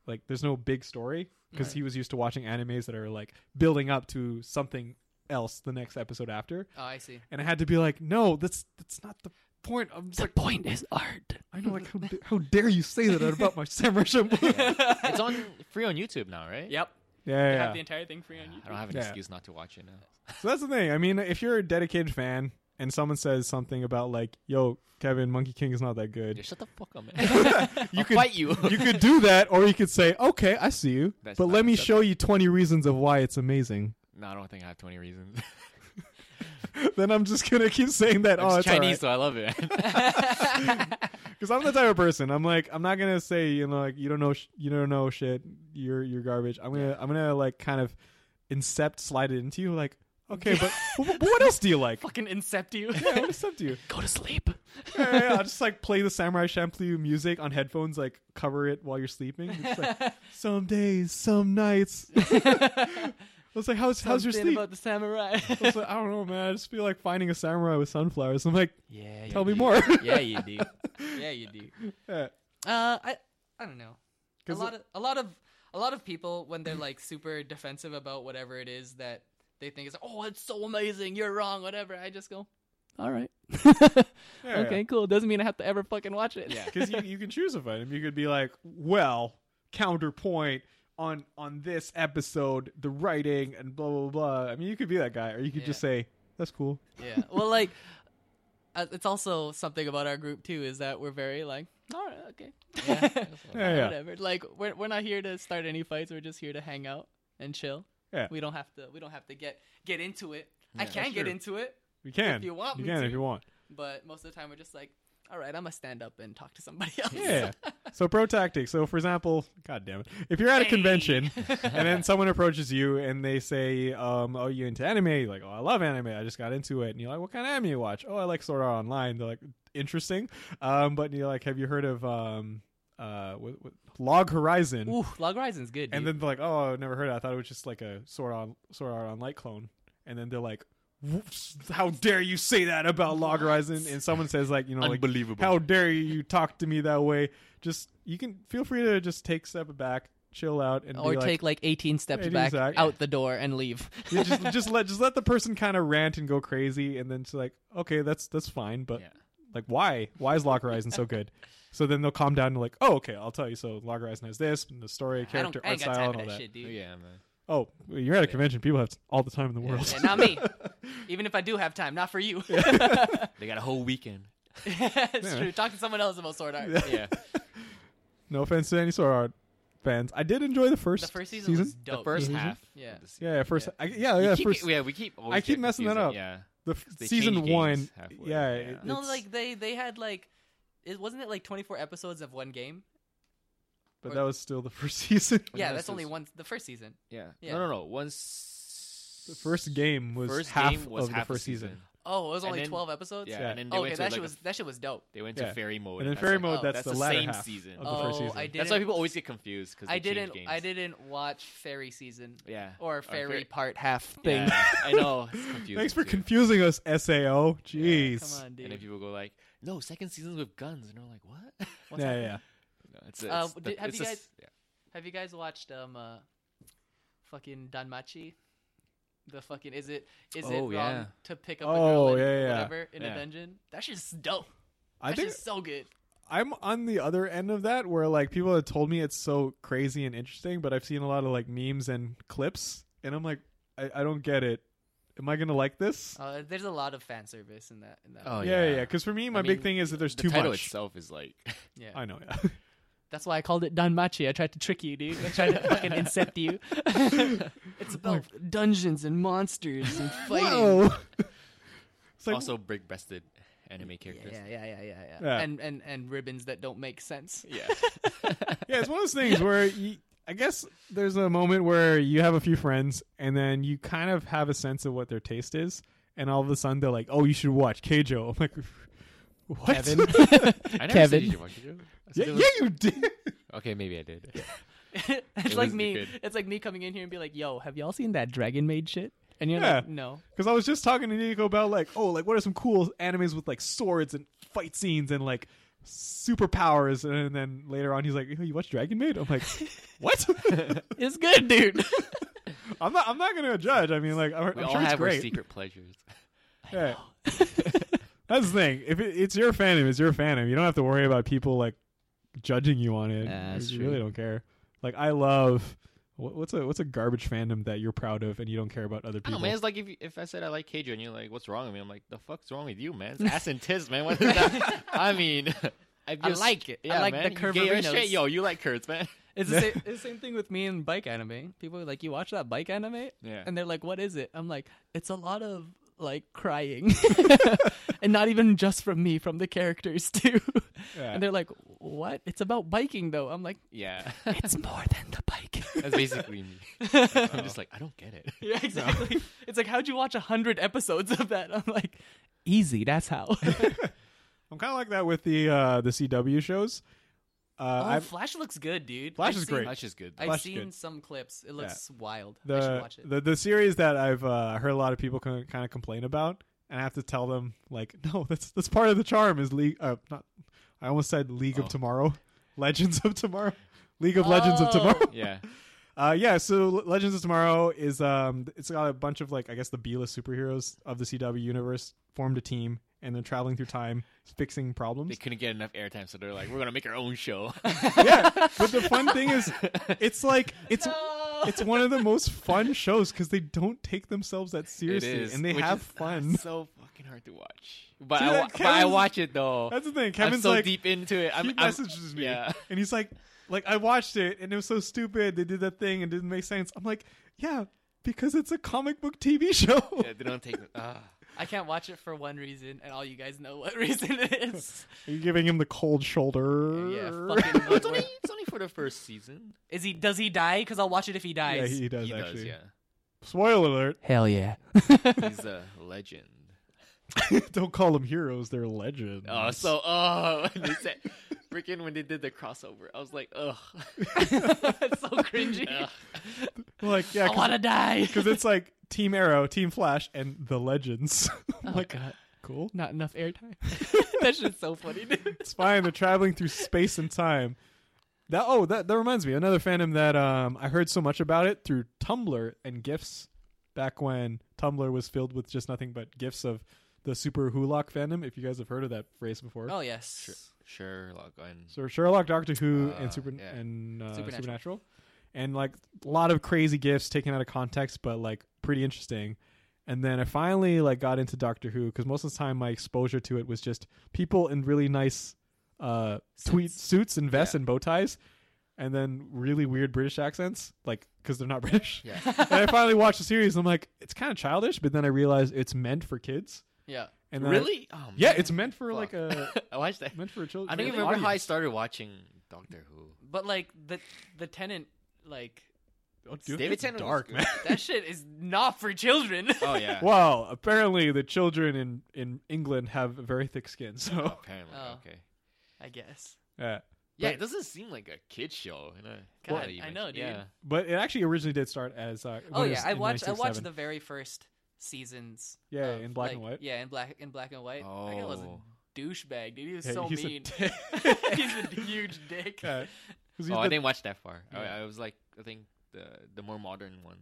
A: like there's no big story because
B: Right.
A: he was used to watching animes that are like building up to something else the next episode after
B: oh, I see.
A: and I had to be like, no, that's that's not the point. I'm just
B: The
A: like,
B: point is art.
A: I know, like, how, da- how dare you say that about my [laughs] Samurai Champloo? yeah,
C: It's on
B: [laughs]
C: free on YouTube now,
B: [laughs]
C: right?
B: Yep. I
A: yeah.
B: have the entire thing free on
C: I
B: YouTube.
C: don't have an
A: Yeah.
C: excuse not to watch it now.
A: So that's the thing. I mean, if you're a dedicated fan and someone says something about like, yo, Kevin, Monkey King is not that good,
C: Shut the fuck
B: [laughs]
C: up, man.
A: [laughs] you
C: I'll
A: could
C: fight you.
A: [laughs] you could do that, or you could say, okay, I see you,
C: That's
A: but
C: not
A: let me
C: acceptable.
A: show you 20 reasons of why it's amazing. [laughs]
C: no, I don't think I have 20 reasons.
A: Oh,
C: [laughs]
A: then I'm just gonna keep saying that.
C: I'm
A: oh,
C: just
A: it's
C: Chinese, so I love
B: [laughs]
C: it.
A: Because I'm the type of person. I'm like, I'm not gonna say, you know, like you don't know, sh- you don't know shit. You're you're garbage. I'm gonna, I'm gonna like kind of incept slide it into you. Like, okay, but, but what else do you like?
B: Fucking incept
C: [laughs]
B: you.
A: Yeah, what else up to you?
B: Go to sleep.
A: Yeah, yeah, yeah. I'll just like play the Samurai Champloo music on headphones, like cover it while you're sleeping. It's
B: [laughs]
A: like, [laughs] some days, some nights. I was like, how's how's your
B: Something
A: sleep?
B: about the samurai?
A: I was like, I don't know, man. I just feel like finding a samurai with sunflowers. I'm like,
C: yeah.
A: tell
C: you
A: me
C: do.
A: more. [laughs]
C: Yeah, you do.
B: yeah, you do.
A: Yeah.
B: Uh, I I don't know. A
A: 'Cause
B: lot of a lot of a lot of people when they're like super defensive about whatever it is that they think is oh it's so amazing you're wrong whatever I just go all right [laughs]
A: Yeah, yeah.
B: cool doesn't mean I have to ever fucking watch it [laughs]
C: Yeah.
A: because you, you can choose a item. You could be like, well, counterpoint on on this episode, the writing and blah blah blah. I mean, you could be that guy, or you could just
B: Yeah.
A: say that's cool.
B: yeah well like uh, it's also something about our group too is that we're very like all right okay [laughs]
C: Yeah.
A: Yeah, yeah.
B: whatever like we're we're not here to start any fights we're just here to hang out and chill
A: Yeah.
B: we don't have to we don't have to get get into it I
C: Yeah.
B: can
A: That's
B: get
A: true.
B: into it
A: You can,
B: you want
A: you
B: me
A: can
B: to.
A: if you
B: [laughs]
A: want.
B: but most of the time we're just like, all right, I'm gonna stand up and talk to somebody [laughs] else.
A: Yeah. so pro tactic. So for example, god damn it, if you're at a
B: Hey.
A: convention and
B: [laughs]
A: then someone approaches you and they say, um, "Oh, you into anime?" You're like, "Oh, I love anime. I just got into it." And you're like, "What kind of anime you watch?" "Oh, I like Sword Art Online." They're like, "Interesting," um, but you're like, "Have you heard of um, uh, what, what, Log Horizon?"
B: Ooh, Log Horizon's good.
A: And
B: dude.
A: then they're like, "Oh, I never heard. Of it. I thought it was just like a sword on sword art on light clone." And then they're like, "Whoops, "How dare you say that about Log Horizon?" And someone says like, "You know, like,
C: Unbelievable.
A: how dare you talk to me that way?" Just you can feel free to just take a step back, chill out and
B: or
A: be like,
B: take like 18 steps
A: 18
B: back
A: sec-
B: out the door and leave.
A: [laughs]
B: [laughs]
A: Yeah, just just let just let the person kind of rant and go crazy, and then it's like, okay, that's that's fine, but
C: Yeah.
A: like, why why is Lock Horizon so
B: [laughs]
A: good? So then they'll calm down and like, oh, okay, I'll tell you. So Lock Horizon has this, and the story,
B: I
A: character,
B: don't, I
A: art
B: ain't
A: style,
B: got time
A: and
B: for
A: all
B: that,
A: that.
B: shit, dude.
C: [laughs] Yeah, man.
A: Oh, you're at a convention. People have all the time in the world.
B: [laughs]
A: [laughs]
B: Yeah, not me. Even if I do have time, not for you. [laughs]
C: They got a whole weekend.
B: it's
A: Yeah.
B: true. Talk to someone else about Sword Art.
C: [laughs] Yeah.
A: no offense to any Sword Art fans. I did enjoy the first
B: The first season, was dope.
C: the first
A: Mhm.
C: half.
B: Yeah.
C: of the se-
A: yeah, yeah, first. I, yeah,
C: We
A: yeah,
C: keep-
A: first.
C: yeah, we keep. always
A: I keep
C: get
A: messing that
C: confused,
A: up.
C: Yeah.
A: The f-
C: They
A: season
C: change games
A: one.
C: halfway,
A: Yeah.
C: yeah.
A: it-
B: No,
A: it's-
B: like they they had like, it wasn't it like 24 episodes of one game?
A: but that was still the [laughs] first season.
B: Yeah,
C: no,
B: that's
C: so
B: only
C: it's-
B: one. The first season.
C: Yeah.
B: Yeah.
C: No, no, no. Once
A: The first game was
C: first
A: half
C: game was
A: of
C: half
A: the
C: a
A: first season.
B: Oh, it was
C: And
B: only
C: then-
B: 12 episodes.
C: Yeah,
A: Yeah.
C: and then they
B: Oh, Okay,
C: went
B: that
C: to
B: shit
C: like a-
B: was that shit was dope.
C: they went
A: Yeah.
C: to fairy mode,
A: And then
C: that's
A: fairy
C: like-
A: mode,
B: oh,
A: that's,
C: that's
A: the
C: the
A: latter
C: same
A: half
C: season.
A: of
B: oh,
A: the first season.
B: I didn't.
C: That's why people always get confused because
B: I didn't. I didn't watch Fairy season
C: Yeah.
B: or
C: fair-
B: Fairy Part Half thing.
C: Yeah, I know.
A: [laughs]
C: It's confusing.
A: Thanks for
C: too.
A: confusing us, Sao. Jeez.
B: Come on, dude.
C: And then people go like, "No, second season's with guns," and we're like, "What?" What's
A: yeah,
C: happening?"
A: yeah.
C: No, it's, a-
B: Uh,
C: it's the-
B: did- have
C: it's
B: you
C: a-
B: guys-
C: yeah.
B: Have you guys watched um uh, fucking Danmachi? The fucking is it is it
C: Oh,
B: wrong
C: yeah.
B: to pick up a
A: Oh,
B: girl in,
A: yeah, yeah.
B: whatever in a
C: Yeah.
B: dungeon? That shit's dope.
A: I
B: That
A: think
B: shit's so good.
A: I'm on the other end of that where like people have told me it's so crazy and interesting, but I've seen a lot of like memes and clips, and I'm like, I, I don't get it. Am I gonna like this?
B: Uh, there's a lot of fan service in that. In that
C: Oh,
B: one.
A: yeah, yeah.
C: yeah.
A: Because for me, my
C: I
A: big
C: mean,
A: thing is that there's
C: The
A: too
C: title
A: much.
C: itself is like,
B: yeah.
A: I know. Yeah.
B: That's why I called it Danmachi. I tried to trick you, dude.
A: [laughs]
B: I tried to fucking incept you. it's about dungeons and monsters and fighting.
A: [laughs]
C: [laughs]
A: Whoa. it's like
C: also big-breasted anime
B: Yeah,
C: characters.
B: yeah, yeah, yeah, yeah, yeah,
A: Yeah.
B: And and and ribbons that don't make sense.
C: Yeah.
A: yeah, it's one of those things where you, I guess there's a moment where you have a few friends and then you kind of have a sense of what their taste is, and all of a sudden they're like, "Oh, you should watch Keijo." I'm like, [laughs] "What?"
B: Kevin.
C: I never
B: Kevin.
C: Said you should watch it. I
A: [laughs] yeah,
C: said it
A: yeah,
C: was-
A: you did.
C: Okay, maybe I did.
B: [laughs] it's
C: It
B: like
C: was
B: me.
C: good.
B: It's like me coming in here and be like, "Yo, have y'all seen that Dragon Maid shit?" And you're like,
A: Yeah.
B: "No."
A: Because I was just talking to Nico about like, oh, like what are some cool animes with like swords and fight scenes and like superpowers, and then later on he's like, "Oh, you watch Dragon Maid? I'm
C: [laughs]
A: like, what? [laughs]
B: It's good, dude. [laughs]
A: I'm not. I'm not gonna judge. I mean, like, I'm,
C: We
A: I'm
C: all
A: sure it's
C: have our
A: great. [laughs]
C: secret pleasures. [laughs]
A: Yeah. That's the thing. If it, it's your fandom, it's your fandom. You don't have to worry about people like judging you on it.
B: Yeah, that's
A: you
B: true.
A: really don't care. Like I love wha- what's a what's a garbage fandom that you're proud of and you don't care about other
C: I don't
A: people.
C: know, man. It's like if, you- if I said I like Keijo and you're like, what's wrong with me? I'm like, the fuck's wrong with you, man? It's ass and tits, man. What is [laughs] that? I mean, I, just,
B: like it. I
C: Yeah,
B: like the
C: man. You gay as
B: curverinos.
C: shit. Yo, you like
A: [laughs]
C: curves, man.
B: It's the, same, it's the same thing with me and bike anime. People are like, "You watch that bike anime?"
C: Yeah.
B: And they're like, "What is it?" I'm like, "It's a lot of like
C: [laughs]
B: crying, and not even just from me, from the characters [laughs] too."
A: Yeah.
B: And they're like, "What? It's about biking though." I'm like, [laughs]
C: [laughs] Yeah.
B: "It's more than the bike."
C: That's basically me. I'm just like, I don't get it.
B: [laughs] Yeah, exactly. It's like, how'd you watch a hundred episodes of that? I'm like, easy. That's [laughs] how.
A: I'm kind of like that with the uh, the CW shows. Uh,
B: oh,
A: I've,
B: Flash looks good, dude.
A: Flash
B: I've
A: is
B: seen-
A: great.
C: That's just good. though.
B: I've
A: Flash is
B: seen
A: good.
B: some clips. It looks wild. I should
A: the,
B: watch it.
A: the the series that I've uh, heard a lot of people kind of complain about, and I have to tell them like, [laughs] no, that's that's part of the charm is League. Uh, not, I almost said League
C: Oh.
A: of Tomorrow, [laughs] Legends of Tomorrow, League of Legends of
B: Oh.
A: Tomorrow.
C: [laughs]
A: [laughs]
C: yeah.
A: Uh, yeah, so L- Legends of Tomorrow is um, it's got a bunch of like I guess the B-list superheroes of the CW universe formed a team and they're traveling through time fixing
C: They
A: problems.
C: couldn't get enough airtime, so they're like, we're going to make our own show.
A: yeah, but the fun thing is, it's like it's
B: No!
A: it's one of the most fun shows because they don't take themselves that seriously
C: [laughs] it is,
A: and they
C: which
A: have
C: is
A: fun.
C: [laughs] So fucking hard to watch. But,
A: See,
C: I, wa-
A: that
C: but I
A: Kevin's-
C: watch it, though.
A: That's the thing.
C: I'm
A: Kevin's
C: so
A: like
C: deep into it. I'm,
A: he
C: I'm-
A: messages me [laughs]
C: Yeah.
A: and he's like, like I watched it and it was so stupid. They did that thing and it didn't make sense. I'm like, yeah, because it's a comic book TV [laughs] show.
C: Yeah, they
A: [laughs]
C: don't take. Uh,
B: I can't watch it for one reason, and all you guys know what [laughs] reason it
A: [laughs]
B: is.
A: Are you giving him the cold shoulder? [laughs]
B: yeah, fucking.
C: it's,
B: Lord.
C: only, it's only for the first season.
B: is he? Does he die? Because I'll watch it if he
A: Yeah,
B: dies.
A: he does
C: he
A: actually.
C: does, yeah.
A: [laughs] Spoiler alert! [laughs]
B: Hell yeah. [laughs]
C: He's a legend.
A: Don't call them heroes; they're legends.
C: Oh, so oh, [laughs] when they said freaking when they did the crossover, I was like,
A: [laughs]
C: ugh,
B: it's so cringy.
C: Ugh.
A: like yeah,
B: I want to
A: [laughs]
B: die. [laughs]
A: because it's like Team Arrow, Team Flash, and the Legends. [laughs] I'm like, uh, cool.
B: Not enough airtime. [laughs] that shit's so funny, dude.
A: [laughs] It's fine. They're traveling through space and time. That oh that that reminds me another fandom that um I heard so much about it through Tumblr and gifs back when Tumblr was filled with just nothing but gifs of the Super Hulock fandom. If you guys have heard of that phrase before,
B: Oh yes.
C: Sherlock and
A: so Sherlock, Doctor Who,
C: Uh,
A: and Super
C: yeah.
A: and uh, Supernatural.
B: Supernatural.
A: and like a lot of crazy gifs taken out of context, but like pretty interesting. And then I finally like got into Doctor Who because most of the time my exposure to it was just people in really nice uh tweet
B: Suits.
A: suits and vests
C: Yeah.
A: and bow ties, and then really weird British accents, like because they're not [laughs] British.
C: yeah.
A: and I finally watched the series. and I'm like, it's kind of childish, but then I realized it's meant for kids.
B: Yeah.
A: And then I-
C: really? Oh,
A: yeah,
C: man.
A: it's meant for like a
C: [laughs] I watched that.
A: meant for a children.
C: I don't
A: for
C: even
A: an
C: remember how I
A: audience.
C: started watching Doctor Who.
B: But like the the tenant like
A: Oh, dude,
C: David
A: it's
C: Tennant was
A: dark
C: good.
A: man.
B: that shit is not for children. [laughs]
C: Oh
A: [laughs]
C: yeah.
A: Well, apparently the children in in England have very thick skin, [laughs] so
C: Apparently,
B: Oh.
C: okay.
B: I guess.
A: yeah.
C: Yeah,
A: But-
C: it doesn't seem like a kid show. You know?
B: God,
C: now that you
B: I
C: mention-
B: know, dude.
C: Yeah.
A: But it actually originally did start as uh,
B: Oh
A: when it
B: yeah,
A: was
B: I
A: in
B: watched I watched
A: 1967.
B: the very first seasons.
A: Yeah,
B: of,
A: in black and
B: like-
A: white.
B: Yeah, in black in black and white. That guy was a
C: Oh.
B: douchebag, dude. He was
A: Yeah,
B: so
A: he's a
B: mean.
A: dick.
B: [laughs] he's
A: [laughs]
B: a huge dick.
A: Yeah. 'Cause he's
C: Oh, I
A: the-
C: didn't watch that far. I-
A: Yeah.
C: I, was like, I think the the more modern one,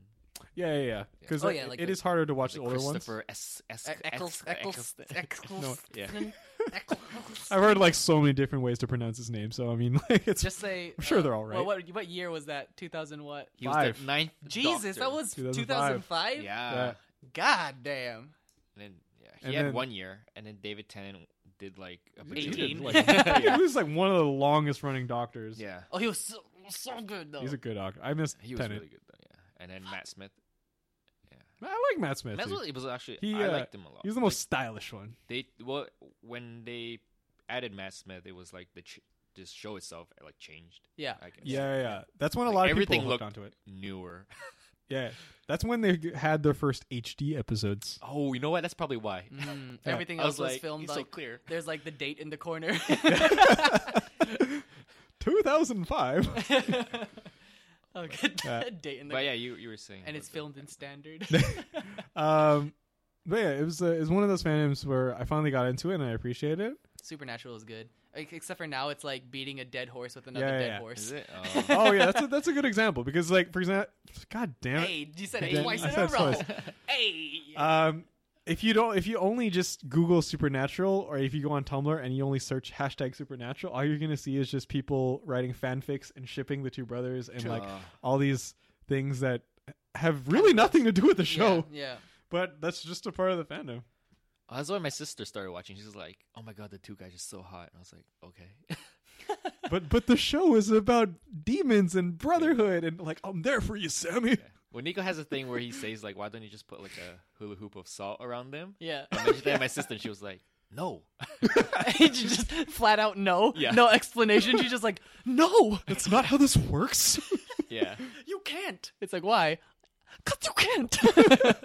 A: yeah, yeah, yeah. Because
B: Oh, yeah, like
A: it
B: the-
A: is harder to watch the,
C: the
A: older ones.
C: Christopher S. S.
B: E- Eccles, Eccles,
C: Eccleston.
B: Eccles,
C: Yeah.
B: Eccles.
A: I've heard like so many different ways to pronounce his name, so I mean, [laughs] like it's
B: Just say.
A: I'm sure
B: uh,
A: they're all
B: Well,
A: right.
B: what what year was that? Two thousand what?
C: He was
A: Five.
C: the ninth.
B: Jesus, that
C: Doctor.
B: was
A: 2005.
B: two thousand five.
C: Yeah.
A: Yeah.
B: God damn.
C: And then yeah, he
A: And
C: had
A: then-
C: one year, and then David Tennant did like a
A: He did,
C: bajillion.
B: 18.
C: [laughs]
A: like-
C: yeah.
A: he was like one of the longest running doctors.
C: Yeah.
B: Oh, he was so, so good though.
A: he's a good doctor. I miss
C: he was
A: Tennant.
C: really good though. Yeah, and then Matt Smith.
A: I like Matt Smith.
C: Matt
A: dude.
C: Smith was actually
A: He,
C: I
A: uh,
C: liked him a lot.
A: He's the most stylish one.
C: They well when they added Matt Smith, it was like the ch- this show itself like changed.
A: [laughs]
B: yeah.
C: I guess.
A: Yeah, yeah. yeah. That's when a
C: Like,
A: lot of
C: everything
A: people hooked
C: looked-
A: onto it.
C: Newer. [laughs]
A: Yeah, that's when they g- had their first HD episodes.
B: [laughs]
C: Oh, you know what? That's probably why.
B: Mm,
A: Yeah.
B: Everything
C: I
B: else
C: was
B: was,
C: like,
B: filmed
C: he's
B: like
C: so clear.
B: there's like the date in the
A: [laughs]
B: corner. [laughs]
A: 2005.
B: [laughs] oh, good
A: Yeah.
B: date in the
C: But yeah, you you were saying,
B: [laughs] and it's
C: about
B: filmed
A: [laughs]
B: in standard. [laughs]
A: um, but yeah, it was uh, it was one of those fandoms where I finally got into it and I appreciate it.
B: Supernatural is good, Like, except for now it's like beating a dead horse with another
A: Yeah, yeah,
B: dead
A: yeah.
C: the-
B: horse.
C: Is [laughs] it? Oh.
A: Oh yeah, that's a, that's a good example because like for example, God damn it,
B: Hey, you said
A: Yeah,
B: it twice
A: I
B: in
A: said
B: a
A: it
B: row.
A: twice.
B: [laughs] hey,
A: Um, if you don't, if you only just Google supernatural, or if you go on Tumblr and you only search hashtag supernatural, all you're gonna see is just people writing fanfics and shipping the two brothers and like
C: Uh,
A: all these things that have really nothing to do with the show.
B: Yeah,
A: But that's just a part of the fandom.
C: that's why my sister started watching. She's like, "Oh my god, the two guys are so hot." And I was like, "Okay."
A: But but the show is about demons and brotherhood and like I'm there for you, Sammy.
C: [laughs] Well, Nico has a thing where he says like, "Why don't you just put like a hula hoop of salt around them?"
A: [laughs]
B: yeah. [laughs]
C: I mentioned that to my sister, and she was like, "No." [laughs]
B: she just flat out no,
C: Yeah.
B: no explanation. She's just like, [laughs] no,
A: That's not how this works. [laughs]
C: Yeah.
B: you can't. It's like why? Cause you
C: [laughs]
B: can't.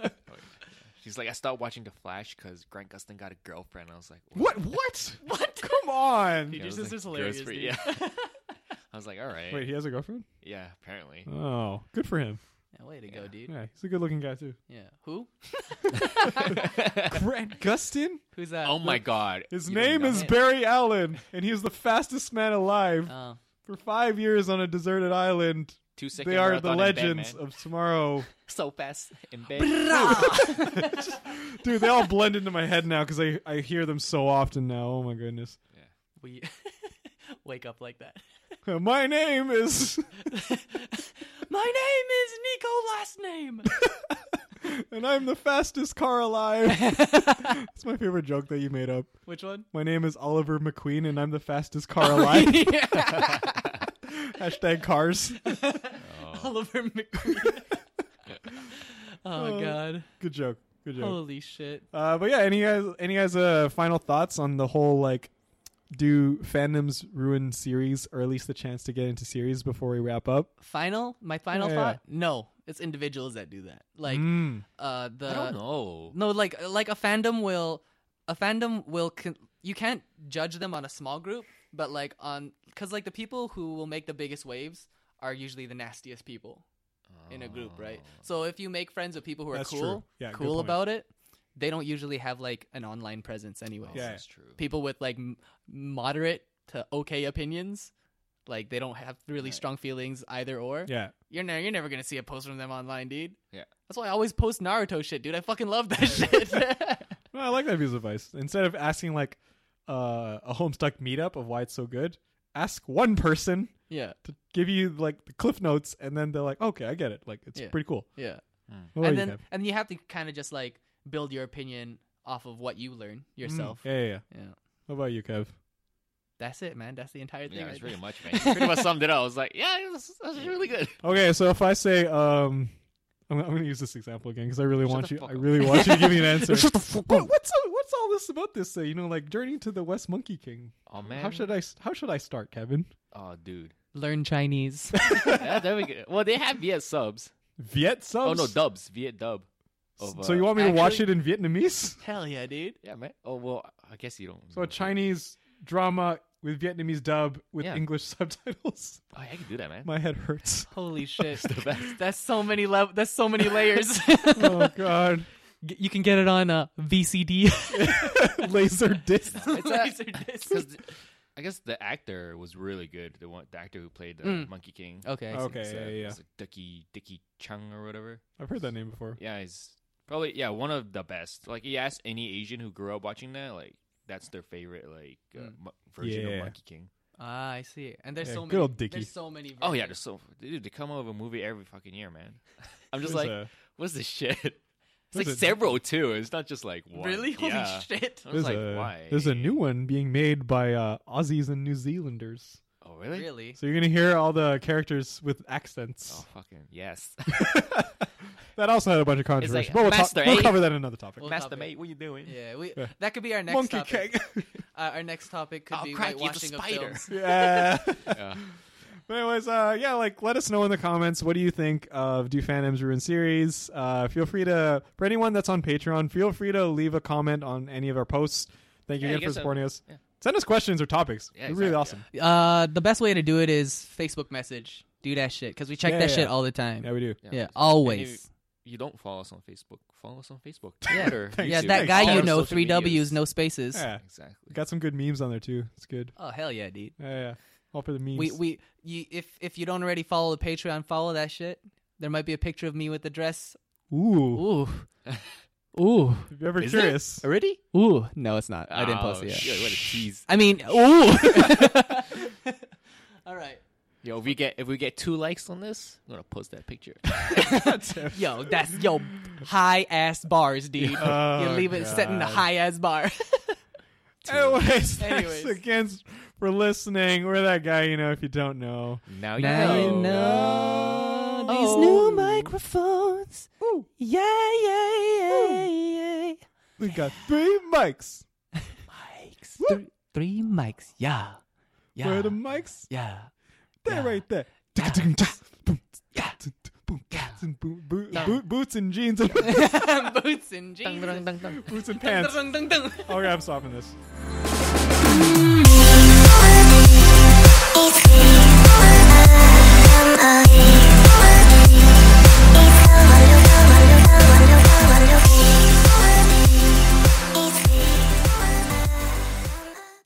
C: She's like, I stopped watching The Flash because Grant Gustin got a girlfriend. I was like,
A: what? What?
B: what?
A: Come on.
B: Dude,
C: Yeah,
B: your
C: it was,
B: sister's
C: like,
B: hilarious.
C: girls free,
B: dude.
C: [laughs] yeah. I was like, all right.
A: Wait, he has a girlfriend?
C: Yeah, apparently.
A: Oh, good for him.
B: [laughs] Yeah, way to go,
C: Yeah.
B: dude.
A: Yeah, he's a good-looking guy too.
B: Yeah. Who?
A: Grant Gustin.
B: Who's that?
C: oh my god.
A: His
C: You don't
A: name
C: know.
A: is
B: it.
A: Barry Allen, and he is the fastest man alive
B: Oh.
A: for five years on a deserted island.
C: two second
A: They are the
C: marathon in
A: legends
C: Batman.
A: of tomorrow. [laughs]
C: so fast in bed. [laughs]
A: Dude, they all blend into my head now because I, I hear them so often now. Oh my goodness.
B: we [laughs] wake up like that. [laughs]
A: My name is, [laughs]
B: my name is Nico.
A: and I'm the fastest car alive.
B: Last name.
A: That's my favorite joke that you made up.
B: Which one?
A: My name is Oliver McQueen, and I'm the fastest car alive. [laughs]
B: [laughs]
A: Hashtag cars.
C: Oh.
B: Oliver McQueen. [laughs] oh
A: Oh.
B: god.
A: Good joke. Good joke.
B: Holy shit.
A: Uh, but yeah, any guys, any guys, uh, final thoughts on the whole like, do fandoms ruin series, or at least the chance to get into series before we wrap up?
B: Final? My final
A: Yeah, yeah.
B: thought? No. It's individuals that do that. Like
A: Mm.
B: uh the
C: I don't know.
B: No, like like a fandom will a fandom will con- you can't judge them on a small group, but like on cuz like the people who will make the biggest waves are usually the nastiest people in a group, right? So if you make friends with people who are
A: That's
B: cool,
A: true. Yeah, good
B: cool
A: point.
B: about it, they don't usually have like an online presence anyway.
C: Oh,
A: Yeah.
C: That's true.
B: People with like m- moderate to okay opinions Like they don't have really
C: Right.
B: strong feelings either or.
A: Yeah.
B: You're never you're never gonna see a post from them online, dude.
C: Yeah.
B: That's why I always post Naruto shit, dude. I fucking love that shit.
C: [laughs]
B: [laughs]
A: Well, I like that piece of advice. Instead of asking like uh, a Homestuck meetup of why it's so good, ask one person
B: yeah,
A: to give you like the cliff notes, and then they're like, okay, I get it. Like it's
B: Yeah.
A: pretty cool. What
B: yeah.
A: about
B: and
A: Oh, you,
B: then
A: Kev?
B: and you have to kind of just like build your opinion off of what you learn yourself.
A: Mm, Yeah, yeah, yeah.
B: Yeah.
A: What about you, Kev?
B: That's it, man. That's the entire thing.
C: Yeah,
B: right
C: it's pretty
B: there.
C: [laughs] much, man. You pretty much summed it up. I was like, yeah, that's, that's really good.
A: Okay, so if I say, um, I'm, I'm going to use this example again because I really
C: Shut
A: want
C: the
A: you.
C: fuck
A: I
C: up.
A: really want you to give me an
C: [laughs]
A: answer.
B: Shut the fuck
A: What,
B: up.
A: what's all, what's all this about this? Uh, you know, like Journey to the West Monkey King.
C: [laughs] Oh man,
A: How should I? s- How should I start, Kevin?
C: Oh dude,
B: [laughs] Learn Chinese.
C: [laughs] yeah, there we go. Well, they have Viet subs.
A: Viet subs.
C: Oh no, dubs, Viet dub. of,
A: so
C: uh,
A: you want me to watch it
B: actually-
A: in Vietnamese?
B: Hell yeah, dude.
C: Yeah, man. Oh well, I guess you don't.
A: So a Chinese drama with Vietnamese dub with
C: Yeah.
A: English [laughs] subtitles.
C: Oh, yeah, I can do that, man.
A: My head hurts.
B: Holy [laughs] shit.
C: the best.
B: That's so many level. That's so many [laughs] layers.
A: oh god,
B: G- you can get it on uh, VCD.
A: [laughs] laser disc.
B: [laughs]
C: It's a-
B: disc.
C: [laughs] 'Cause th- I guess the actor was really good. The one, the actor who played the
B: Mm.
C: Monkey King.
B: Okay. I see.
A: Okay, yeah, yeah, yeah.
C: It's like Dicky Dicky Chung or whatever.
A: I've heard that name before.
C: Yeah, he's probably yeah one of the best. Like you ask any Asian who grew up watching that, like that's their favorite like uh,
B: Mm.
C: mo- version
A: Yeah.
C: of Monkey King.
B: Ah, I see. And there's
A: Yeah,
B: so
A: good
B: many.
A: old Dicky.
B: There's so many.
C: Oh yeah,
B: versions.
C: there's so dude, they come out with a movie every fucking year, man. I'm just
A: There's
C: like,
A: a-
C: what's this shit? It's like
A: There's a-
C: several too. It's not just like one.
B: Really? Holy
C: yeah.
B: shit.
C: I
A: there's
C: was like,
A: a
C: why?
A: there's a new one being made by uh, Aussies and New Zealanders.
C: Oh really?
B: Really?
A: So you're gonna hear all the characters with accents.
C: Oh fucking yes.
A: That also had a bunch of controversy,
C: like,
A: but we'll,
C: Master,
A: we'll
C: eh?
A: cover that in another topic.
B: We'll
C: Master
B: topic.
C: mate, what you doing?
B: Yeah. We.
A: Yeah.
B: That could be our next
A: Monkey
B: topic.
C: [laughs]
A: King.
B: Uh, our next topic could
C: I'll
B: be
C: crack you the
B: whitewashing of
C: spider.
B: films.
A: yeah.
C: Yeah.
A: [laughs] But anyways, uh, yeah, like let us know in the comments what do you think of Do Phantoms Ruin series. Uh, feel free to for anyone that's on Patreon, feel free to leave a comment on any of our posts. Thank you
C: Yeah, I
A: again for
C: guess, uh,
A: supporting us.
C: yeah.
A: Send us questions or topics.
C: Yeah,
A: They're really
C: exactly,
A: awesome.
B: Uh, the best way to do it is Facebook message. Do that shit because we check
A: Yeah,
B: that
A: yeah,
B: shit
A: yeah.
B: all the time.
A: Yeah, we do.
C: Yeah.
B: Yeah, always.
C: You don't follow us on Facebook. Follow us on Facebook.
B: Yeah.
C: Twitter.
A: Thanks,
B: yeah,
A: dude.
B: that
A: Thanks.
B: guy
A: All
B: you
A: our
B: know,
C: social
B: three
C: medias.
B: W's, no spaces.
A: Yeah.
C: Exactly.
A: Got some good memes on there too. It's good.
B: Oh hell yeah, dude.
A: Yeah, yeah. All for the memes.
B: We we you, if if you don't already follow the Patreon, follow that shit. There might be a picture of me with the dress.
A: Ooh.
B: Ooh, [laughs] ooh,
A: If you're ever
C: Is it?
A: curious.
C: Already?
B: ooh. No, it's not. [laughs] I didn't
C: Oh,
B: post it yet.
C: shit, what a tease.
B: I
C: [laughs]
B: mean, ooh. [laughs] All right,
C: Yo, if we get if we get two likes on this, I'm gonna post that picture.
B: [laughs] [laughs] yo, that's yo high ass bars,
C: [laughs]
B: dude.
A: Oh,
B: you leave it set in the
A: God.
B: high ass bar.
A: [laughs] Anyways, thanks
B: Anyways.
A: again for listening. We're that guy, you know, if you don't know.
B: [laughs]
C: now you
B: Now
C: know.
B: you
A: know
B: These new microphones.
A: Ooh,
B: Yay, yay, yay, yay.
A: we got three mics.
B: Mics.
A: Woo.
B: Three, three mics. Yeah. Yeah.
A: Where are the mics?
B: yeah.
A: They're
B: Yeah.
A: right there.
B: Yeah. Yeah. Yeah.
A: Boots and jeans and
B: [laughs]
A: [laughs]
B: Boots and jeans.
A: boots
B: [laughs]
A: and pants.
B: Dun, dun, dun.
A: Okay, I'm stopping this.
D: It's